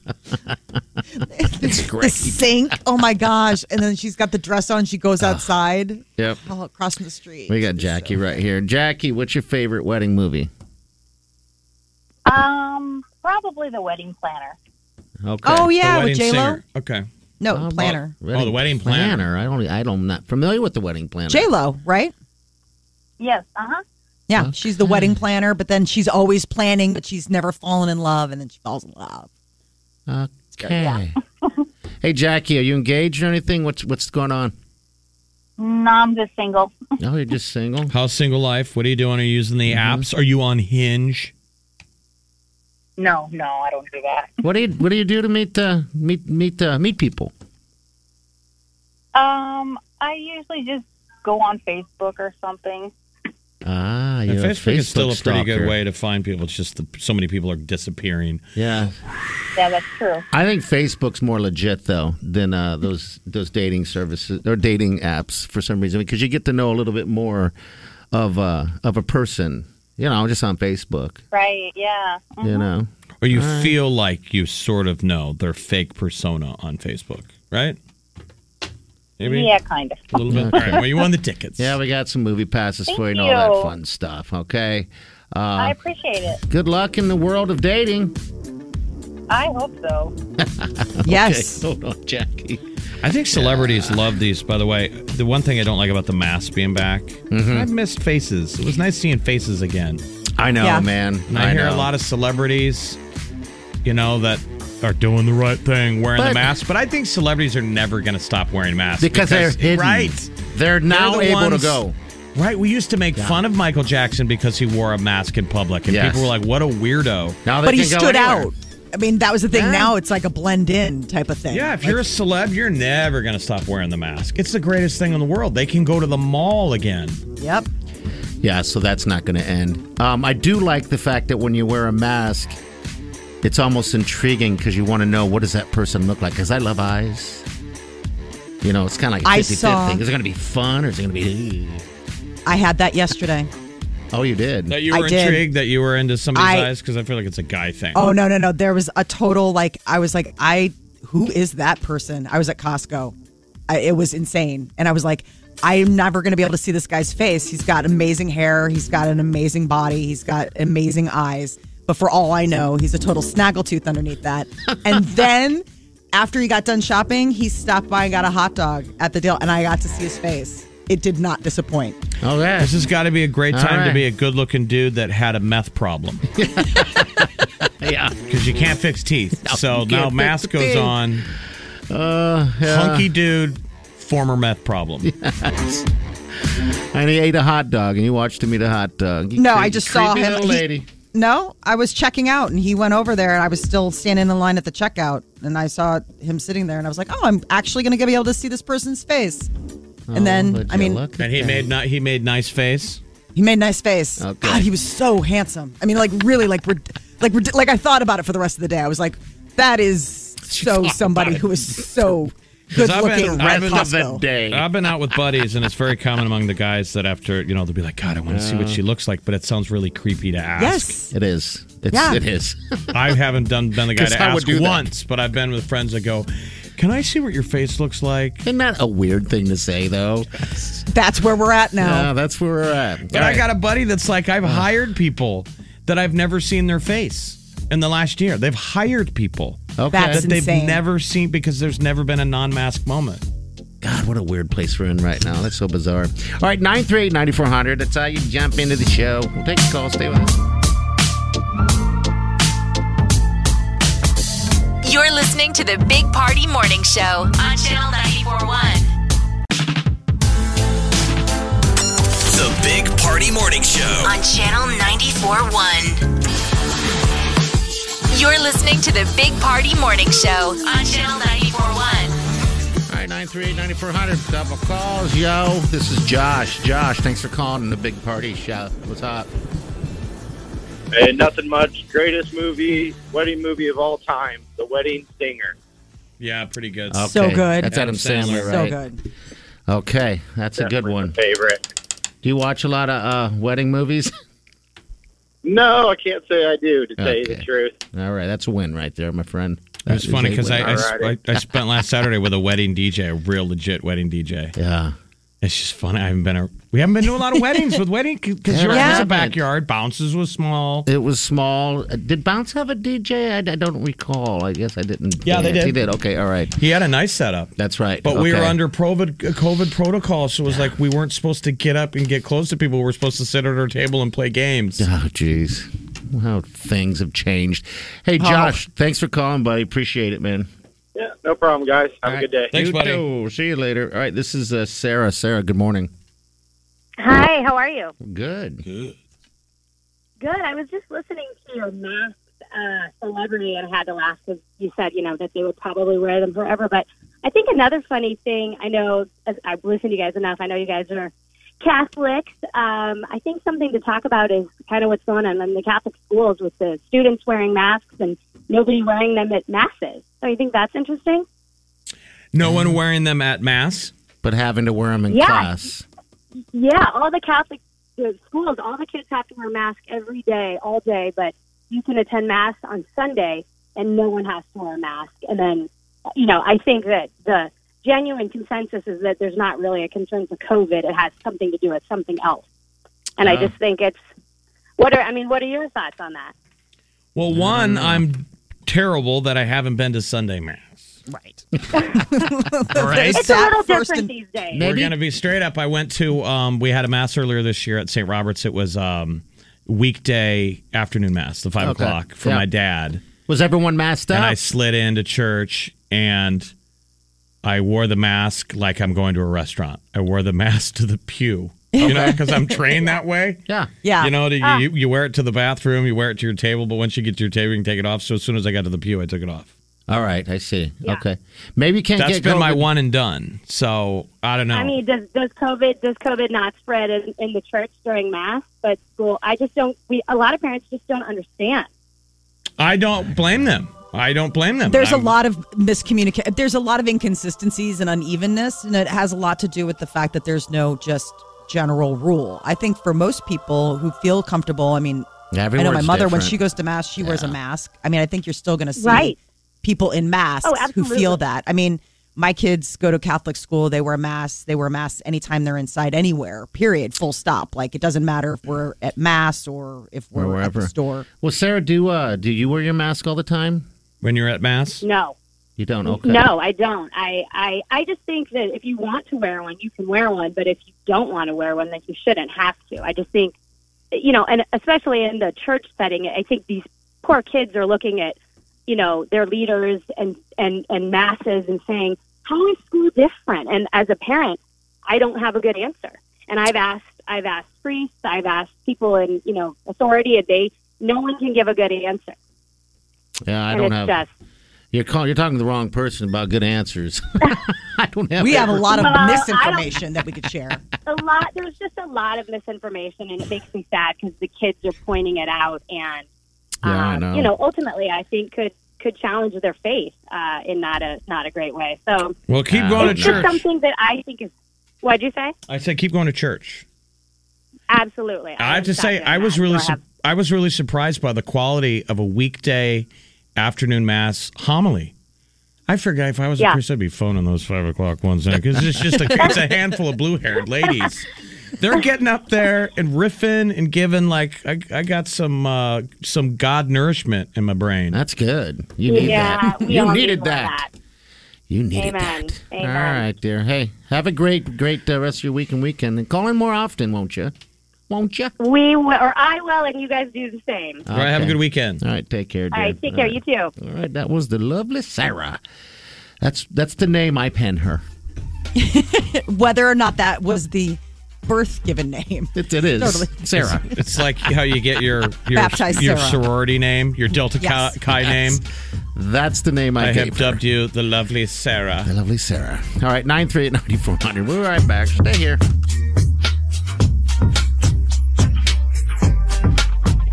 the sink. Oh my gosh! And then she's got the dress on. She goes outside.
Yep.
all across the street.
We got Jackie right here. Jackie, what's your favorite wedding movie?
Um, probably the wedding planner.
Okay.
Oh
The
yeah,
wedding
with J Lo.
singer. Okay.
No
How about
planner.
Oh, the wedding planner.
I don't. I don't. I'm not familiar with the wedding planner.
J Lo, right?
Yes, uh huh.
Yeah, she's the wedding planner, but then she's always planning, but she's never fallen in love, and then she falls in love.
Okay. hey Jackie, are you engaged or anything? What's what's going on?
No, I'm just single.
No, you're just single.
How's single life? What are you doing? Are you using the
Mm-hmm.
apps? Are you on Hinge?
No, no, I don't do that.
What do you What do you do to meet uh, meet meet uh, meet people?
Um, I usually just go on Facebook or something.
Ah, you're
And
a
Facebook,
Facebook
is still a pretty
stalker.
good way to find people. It's just that so many people are disappearing.
Yeah,
Yeah, that's true.
I think Facebook's more legit though than uh, those those dating services or dating apps for some reason because you get to know a little bit more of uh, of a person. You know, just on Facebook.
Right? Yeah.
You know,
Or Or you
All right.
feel like you sort of know their fake persona on Facebook, right? Maybe?
Yeah, kind of.
A little bit. All right. Well, you won the tickets.
Yeah, we got some movie passes
Thank
for you and all that
you.
fun stuff. Okay. Uh,
I appreciate it.
good luck in the world of dating.
I hope so.
Yes.
Okay, hold on, Jackie.
I think celebrities love these, by the way. The one thing I don't like about the mask being back,
Mm-hmm.
I missed faces. It was nice seeing faces again.
I know,
Yeah.
man.
And I, hear
know.
a lot of celebrities, you know, that are doing the right thing, wearing
But-
the mask. But I think celebrities are never going to stop wearing masks
because, they're hidden.
Right.
They're now
the
able
ones-
to go.
Right. We used to make fun of Michael Jackson because he wore a mask in public, and
Yes.
people were like, "What a weirdo."
Now they
but he
can go
stood
anywhere.
out. I mean, that was the thing.
Yeah.
Now it's like a blend in type of thing.
Yeah, if you're a celeb, you're never going to stop wearing the mask. It's the greatest thing in the world. They can go to the mall again.
Yep.
Yeah, so that's not going to end. Um, I do like the fact that when you wear a mask, it's almost intriguing because you want to know what does that person look like. Because I love eyes. You know, it's kind of like
I
50
saw-
50. Is it going to be fun or is it going to be.
I had that yesterday.
Oh, you did.
That you
I
were
did.
intrigued that you were into somebody's
I-
eyes because I feel like it's a guy thing.
Oh no, no, no. There was a total like I was like I who is that person? I was at Costco. I, it was insane. And I was like I'm never going to be able to see this guy's face. He's got amazing hair, he's got an amazing body, he's got amazing eyes, but for all I know, he's a total snaggletooth underneath that. and then after he got done shopping, he stopped by and got a hot dog at the deal and I got to see his face. It did not disappoint.
Okay.
This has got to be a great
All
time
right.
to be a good-looking dude that had a meth problem
yeah.
because you can't fix teeth. so
you
now
can't
mask
fix the
goes
teeth.
on.
Uh, yeah.
Hunky dude, former meth problem.
And he ate a hot dog and you watched him eat a hot dog. You
No,
creep-
I just saw
creepy
him.
Little
He-
lady.
No, I was checking out and he went over there and I was still standing in line at the checkout and I saw him sitting there and I was like, oh, I'm actually going to be able to see this person's face. and
Oh,
then,
would
I
you
mean,
look at
And he
that?
made not he made nice face.
he made a nice face.
Okay.
God, he was so handsome. I mean, like really, like rid- like rid- like I thought about it for the rest of the day. I was like, that is so somebody who is so good
I've been-
looking. Red
I've been
Of the
Costco.
day.
I've been out with buddies, and it's very common among the guys that after you know they'll be like, "God, I want to see what she looks like," but it sounds really creepy to ask.
Yes,
it is. It's,
Yeah.
It is.
I haven't done been the guy
'Cause
to
I would
ask
do that.
once, but I've been with friends that go, "Can I see what your face looks like?"
Isn't that a weird thing to say, though?
that's where we're at now.
Yeah, that's where we're at.
But I got a buddy that's like,
Uh.
I've hired people that I've never seen their face in the last year. They've hired people
Okay.
That's
that they've
insane.
never seen because there's never been a non-mask moment.
God, what a weird place we're in right now. That's so bizarre. All right, 938 9400. That's how you jump into the show. We'll take your call. Stay with us.
You're listening to the Big Party Morning Show on Channel 941.
The Big Party Morning Show.
On Channel 941. You're listening to the Big Party Morning Show on Channel 941.
All right, 938 9400. Double calls, yo. This is Josh. Josh, thanks for calling the big party show. What's up?
Hey, nothing much. Greatest movie, wedding movie of all time, The Wedding Singer.
Yeah, pretty good.
Oh,
So good.
That's Adam,
Adam
Sandler,
Sandler.
So
right?
good.
Okay, that's a good
Definitely
one.
my Favorite.
Do you watch a lot of uh, wedding movies?
No, I can't say I do. To tell you the
Okay.
truth,
All right, that's a win right there, my friend.
It was
That is
funny
a
because I,
win.
I, s- I,
Alrighty.
I spent last Saturday with a wedding DJ, a real legit wedding DJ.
Yeah.
It's just funny. I haven't been a, we haven't been to a lot of weddings with wedding because yours
Yeah.
was a backyard, bounces was small.
It was small. Uh, Did Bounce have a DJ? I, I don't recall. I guess I didn't.
Yeah, they
dance. He
did.
did. Okay, all right.
He had a nice setup.
That's right.
But we were
Okay.
under COVID, COVID protocol, so it was like we weren't supposed to get up and get close to people. We were supposed to sit at our table and play games.
Oh, jeez. How things have changed. Hey,
Oh.
Josh, thanks for calling, buddy. Appreciate it, man.
yeah, no problem, guys. Have a good day.
Thanks,
you
buddy.
too. See you later. All right, this is uh, Sarah. Sarah, good morning.
Hi, how are you?
Good.
Good. I was just listening to your masked uh, celebrity and had to laugh because you said, you know, that they would probably wear them forever. But I think another funny thing, I know as I've listened to you guys enough, I know you guys are Catholics. Um, I think something to talk about is kind of what's going on in the Catholic schools with the students wearing masks and nobody wearing them at masses. So you think that's interesting?
No one wearing them at mass.
But having to wear them in
Yeah.
class.
Yeah, all the Catholic the schools, all the kids have to wear masks every day, all day, but you can attend mass on Sunday and no one has to wear a mask. And then, you know, I think that the genuine consensus is that there's not really a concern for COVID. It has something to do with something else. And I
Uh-huh.
just think it's what are I mean, what are your thoughts on that?
Well, one, I'm terrible that I haven't been to Sunday mass.
Right.
All right.
It's a little
first
different
and-
these days.
We're going to be straight up. I went to, um, we had a mass earlier this year at St. Robert's. It was um, weekday afternoon mass, the five
Okay.
o'clock for
Yeah.
my dad.
Was everyone masked up?
And I slid into church and I wore the mask like I'm going to a restaurant. I wore the mask to the pew. You know, because I'm trained that way.
Yeah.
Yeah.
You know, to,
Ah.
you, you wear it to the bathroom, you wear it to your table, but once you get to your table, you can take it off. So as soon as I got to the pew, I took it off.
All right, I see. Okay, maybe you can't
That's
get
been my
COVID.
one and done. So I don't know.
I mean, does does COVID does COVID not spread in, in the church during mass, but school? I just don't. We a lot of parents just don't understand.
I don't blame them. I don't blame them.
There's a
I'm-
lot of miscommunication. There's a lot of inconsistencies and unevenness, and it has a lot to do with the fact that there's no just general rule. I think for most people who feel comfortable, I mean,
Yeah,
I know my
everyone's
mother when
different.
she goes to mass, she wears a mask. I mean, I think you're still going to see
Right.
people in masks
Oh,
who
absolutely.
feel that. I mean, my kids go to Catholic school; they wear masks. They wear masks anytime they're inside anywhere. Period. Full stop. Like it doesn't matter if we're at mass or if we're
or
at
wherever
the store.
Well, Sarah, do uh, do you wear your mask all the time?
When you're at mass,
No,
you don't. Okay.
no, I don't. I, I I just think that if you want to wear one, you can wear one, but if you don't want to wear one, then you shouldn't have to. I just think, you know, and especially in the church setting, I think these poor kids are looking at, you know, their leaders and and and masses and saying, how is school different? And as a parent, I don't have a good answer. And I've asked, I've asked priests, I've asked people in you know authority, and they no one can give a good answer.
Yeah, I
and
don't
it's
have.
just
You're call, you're talking to the wrong person about good answers. I don't have.
We have a
every-
lot of
Well, Uh, I don't-
misinformation that we could share.
a lot there's just a lot of misinformation and it makes me sad because the kids are pointing it out and
Yeah, I
um,
know.
you know ultimately i think could could challenge their faith uh, in not a not a great way so
Well, keep
Uh,
going to
it's just
church.
something that i think is what'd you say
I said keep going to church.
absolutely
I have to say, I was really, su- I was really surprised by the quality of a weekday afternoon mass homily. I forgot if I was
Yeah.
a priest, I'd be phoning those five o'clock ones because it's just a, it's a handful of blue haired ladies. They're getting up there and riffing and giving like I, I got some uh, some God nourishment in my brain.
That's good. You need
yeah
that.
we
You
all
needed
need more of
that. You needed
amen
that.
amen
All right, dear. Hey, have a great, great uh, rest of your week and weekend, and call in more often, won't you? Won't you?
we will or i will and you guys do the same
All right, have a
Okay.
good weekend.
All right, take care, dear.
all right take care you too
All right, that was the lovely Sarah. That's that's the name I pen her.
whether or not that was the birth given name.
It, it is
Totally.
Sarah.
It's like how you get your your,
Baptized
your
Sarah.
sorority name, your Delta
Yes.
Chi, Chi
Yes.
name.
That's the name I,
I
gave
have
her.
dubbed you the lovely Sarah.
The lovely Sarah. All right, 938-9400. We'll be right back. Stay here.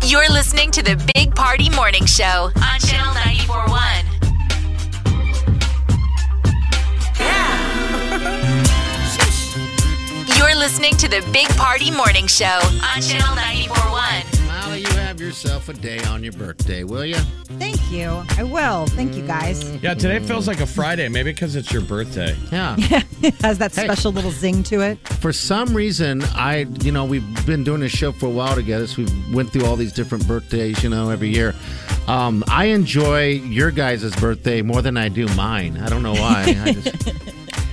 You're listening to the Big Party Morning Show on Channel 941. You're listening to the Big Party Morning Show on Channel 941.
Molly, you have yourself a day on your birthday, will you?
Thank you. I will. Thank you guys.
Yeah, today feels like a Friday, maybe because it's your birthday.
Yeah.
It has that
Hey.
special little zing to it.
for some reason, I, you know, we've been doing this show for a while together, so we went through all these different birthdays, you know, every year. Um, I enjoy your guys' birthday more than I do mine. I don't know why. I just,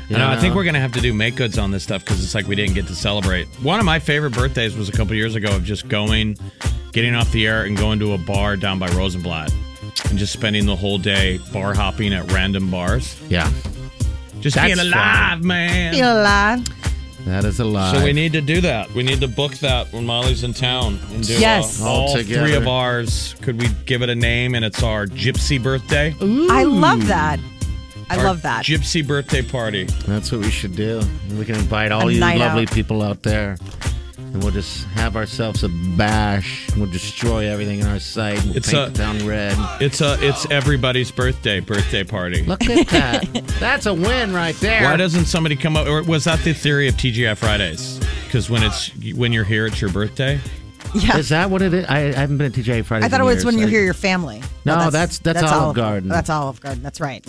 you
I know, I think
know.
we're gonna have to do make goods on this stuff because it's like we didn't get to celebrate. One of my favorite birthdays was a couple years ago of just going, getting off the air and going to a bar down by Rosenblatt and just spending the whole day bar hopping at random bars.
Yeah,
Just
That's
being alive, man.
alive.
that is a lie.
So we need to do that. We need to book that when Molly's in town and do uh,
Yes.
All
all
together.
three of ours. Could we give it a name? And it's our Gypsy birthday.
I love that. I love that.
Gypsy birthday party.
That's what we should do. We can invite
A
all you
night
lovely
out.
people out there, and we'll just have ourselves a bash. We'll destroy everything in our sight. We'll
It's
paint
a-
the town red.
It's a it's everybody's birthday birthday party.
Look at that. That's a win right there.
Why doesn't somebody come up? Or was that the theory of TGI Fridays? Because when it's when you're here, it's your birthday.
Yeah.
Is that what it is? I, I haven't been to TGI Fridays.
I thought it
in
was
years.
when you
I-
hear your family.
No, that's- that's Olive Garden.
That's Olive Garden. That's right.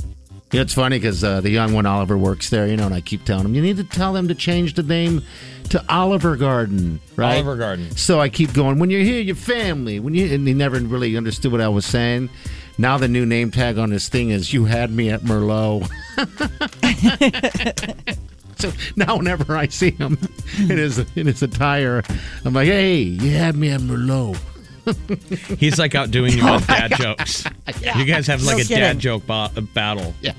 Yeah, It's funny because uh, the young one Oliver works there, you know, and I keep telling him you need to tell them to change the name to Oliver Garden, right?
Oliver Garden.
So I keep going. When you're here, your family. When you and he never really understood what I was saying. Now the new name tag on his thing is "You had me at Merlot." so now whenever I see him in his in his attire, I'm like, "Hey, you had me at Merlot."
He's like out doing
Oh
you with dad jokes. You guys have like
No
a dad
kidding.
joke ba- uh, battle. Yeah.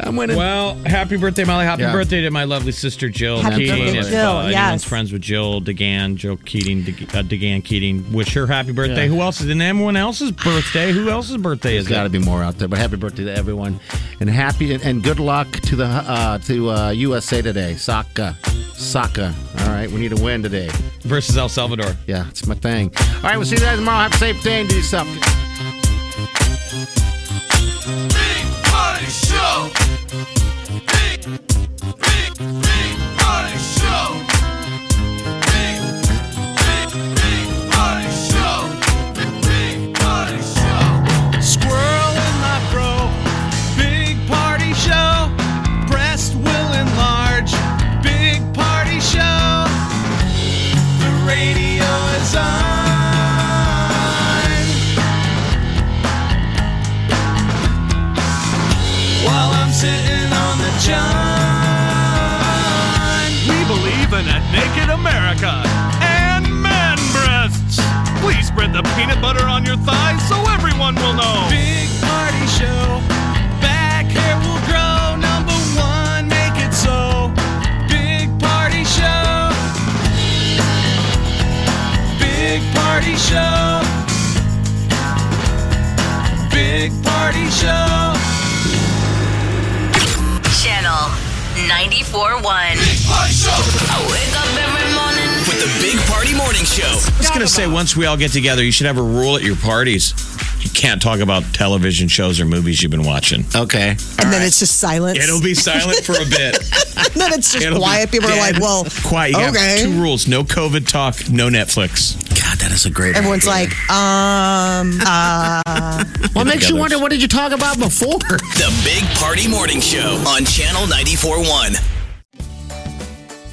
I'm winning.
Well, happy birthday, Molly. Happy
Yeah.
birthday to my lovely sister Jill
Happy
Keating.
birthday,
If
Jill,
uh, anyone's
yes.
friends with Jill DeGan, Jill Keating, De- uh, DeGan Keating, wish her happy birthday.
Yeah.
Who else is in anyone else's birthday? Who else's birthday is
There's got
it?
to be more out there, but happy birthday to everyone, and happy and, and good luck to the uh, to uh, USA today. Soccer, soccer. All right, we need a win today.
Versus El Salvador.
Yeah, it's my thing. All right, we'll see you guys tomorrow. Have a safe day and do something.
Big Party Show. Big, big, big Party Show. Big, big, big Party Show. Big, big Party Show. Squirrel in my bro. Big Party Show. Breast will enlarge. Big Party Show. The radio is on. while I'm sitting on the john. We believe in a naked America and man breasts. Please spread the peanut butter on your thighs so everyone will know. Big party show. Back hair will grow. Number one, make it so. Big party show. Big party show. Big party show.
Channel 94.1. I wake up every morning.
With the Big Party Morning Show.
I was going to say, once we all get together, you should have a rule at your parties. You can't talk about television shows or movies you've been watching.
Okay.
And then it's just silence.
It'll be silent for a bit.
and then it's just
It'll be
quiet. People are like,
dead
well,
quiet. You
okay.
have two rules: no COVID talk, no Netflix.
God, that is a great.
Everyone's like, um, uh.
What makes you wonder what did you talk about before?
The Big Party Morning Show on Channel 94.1.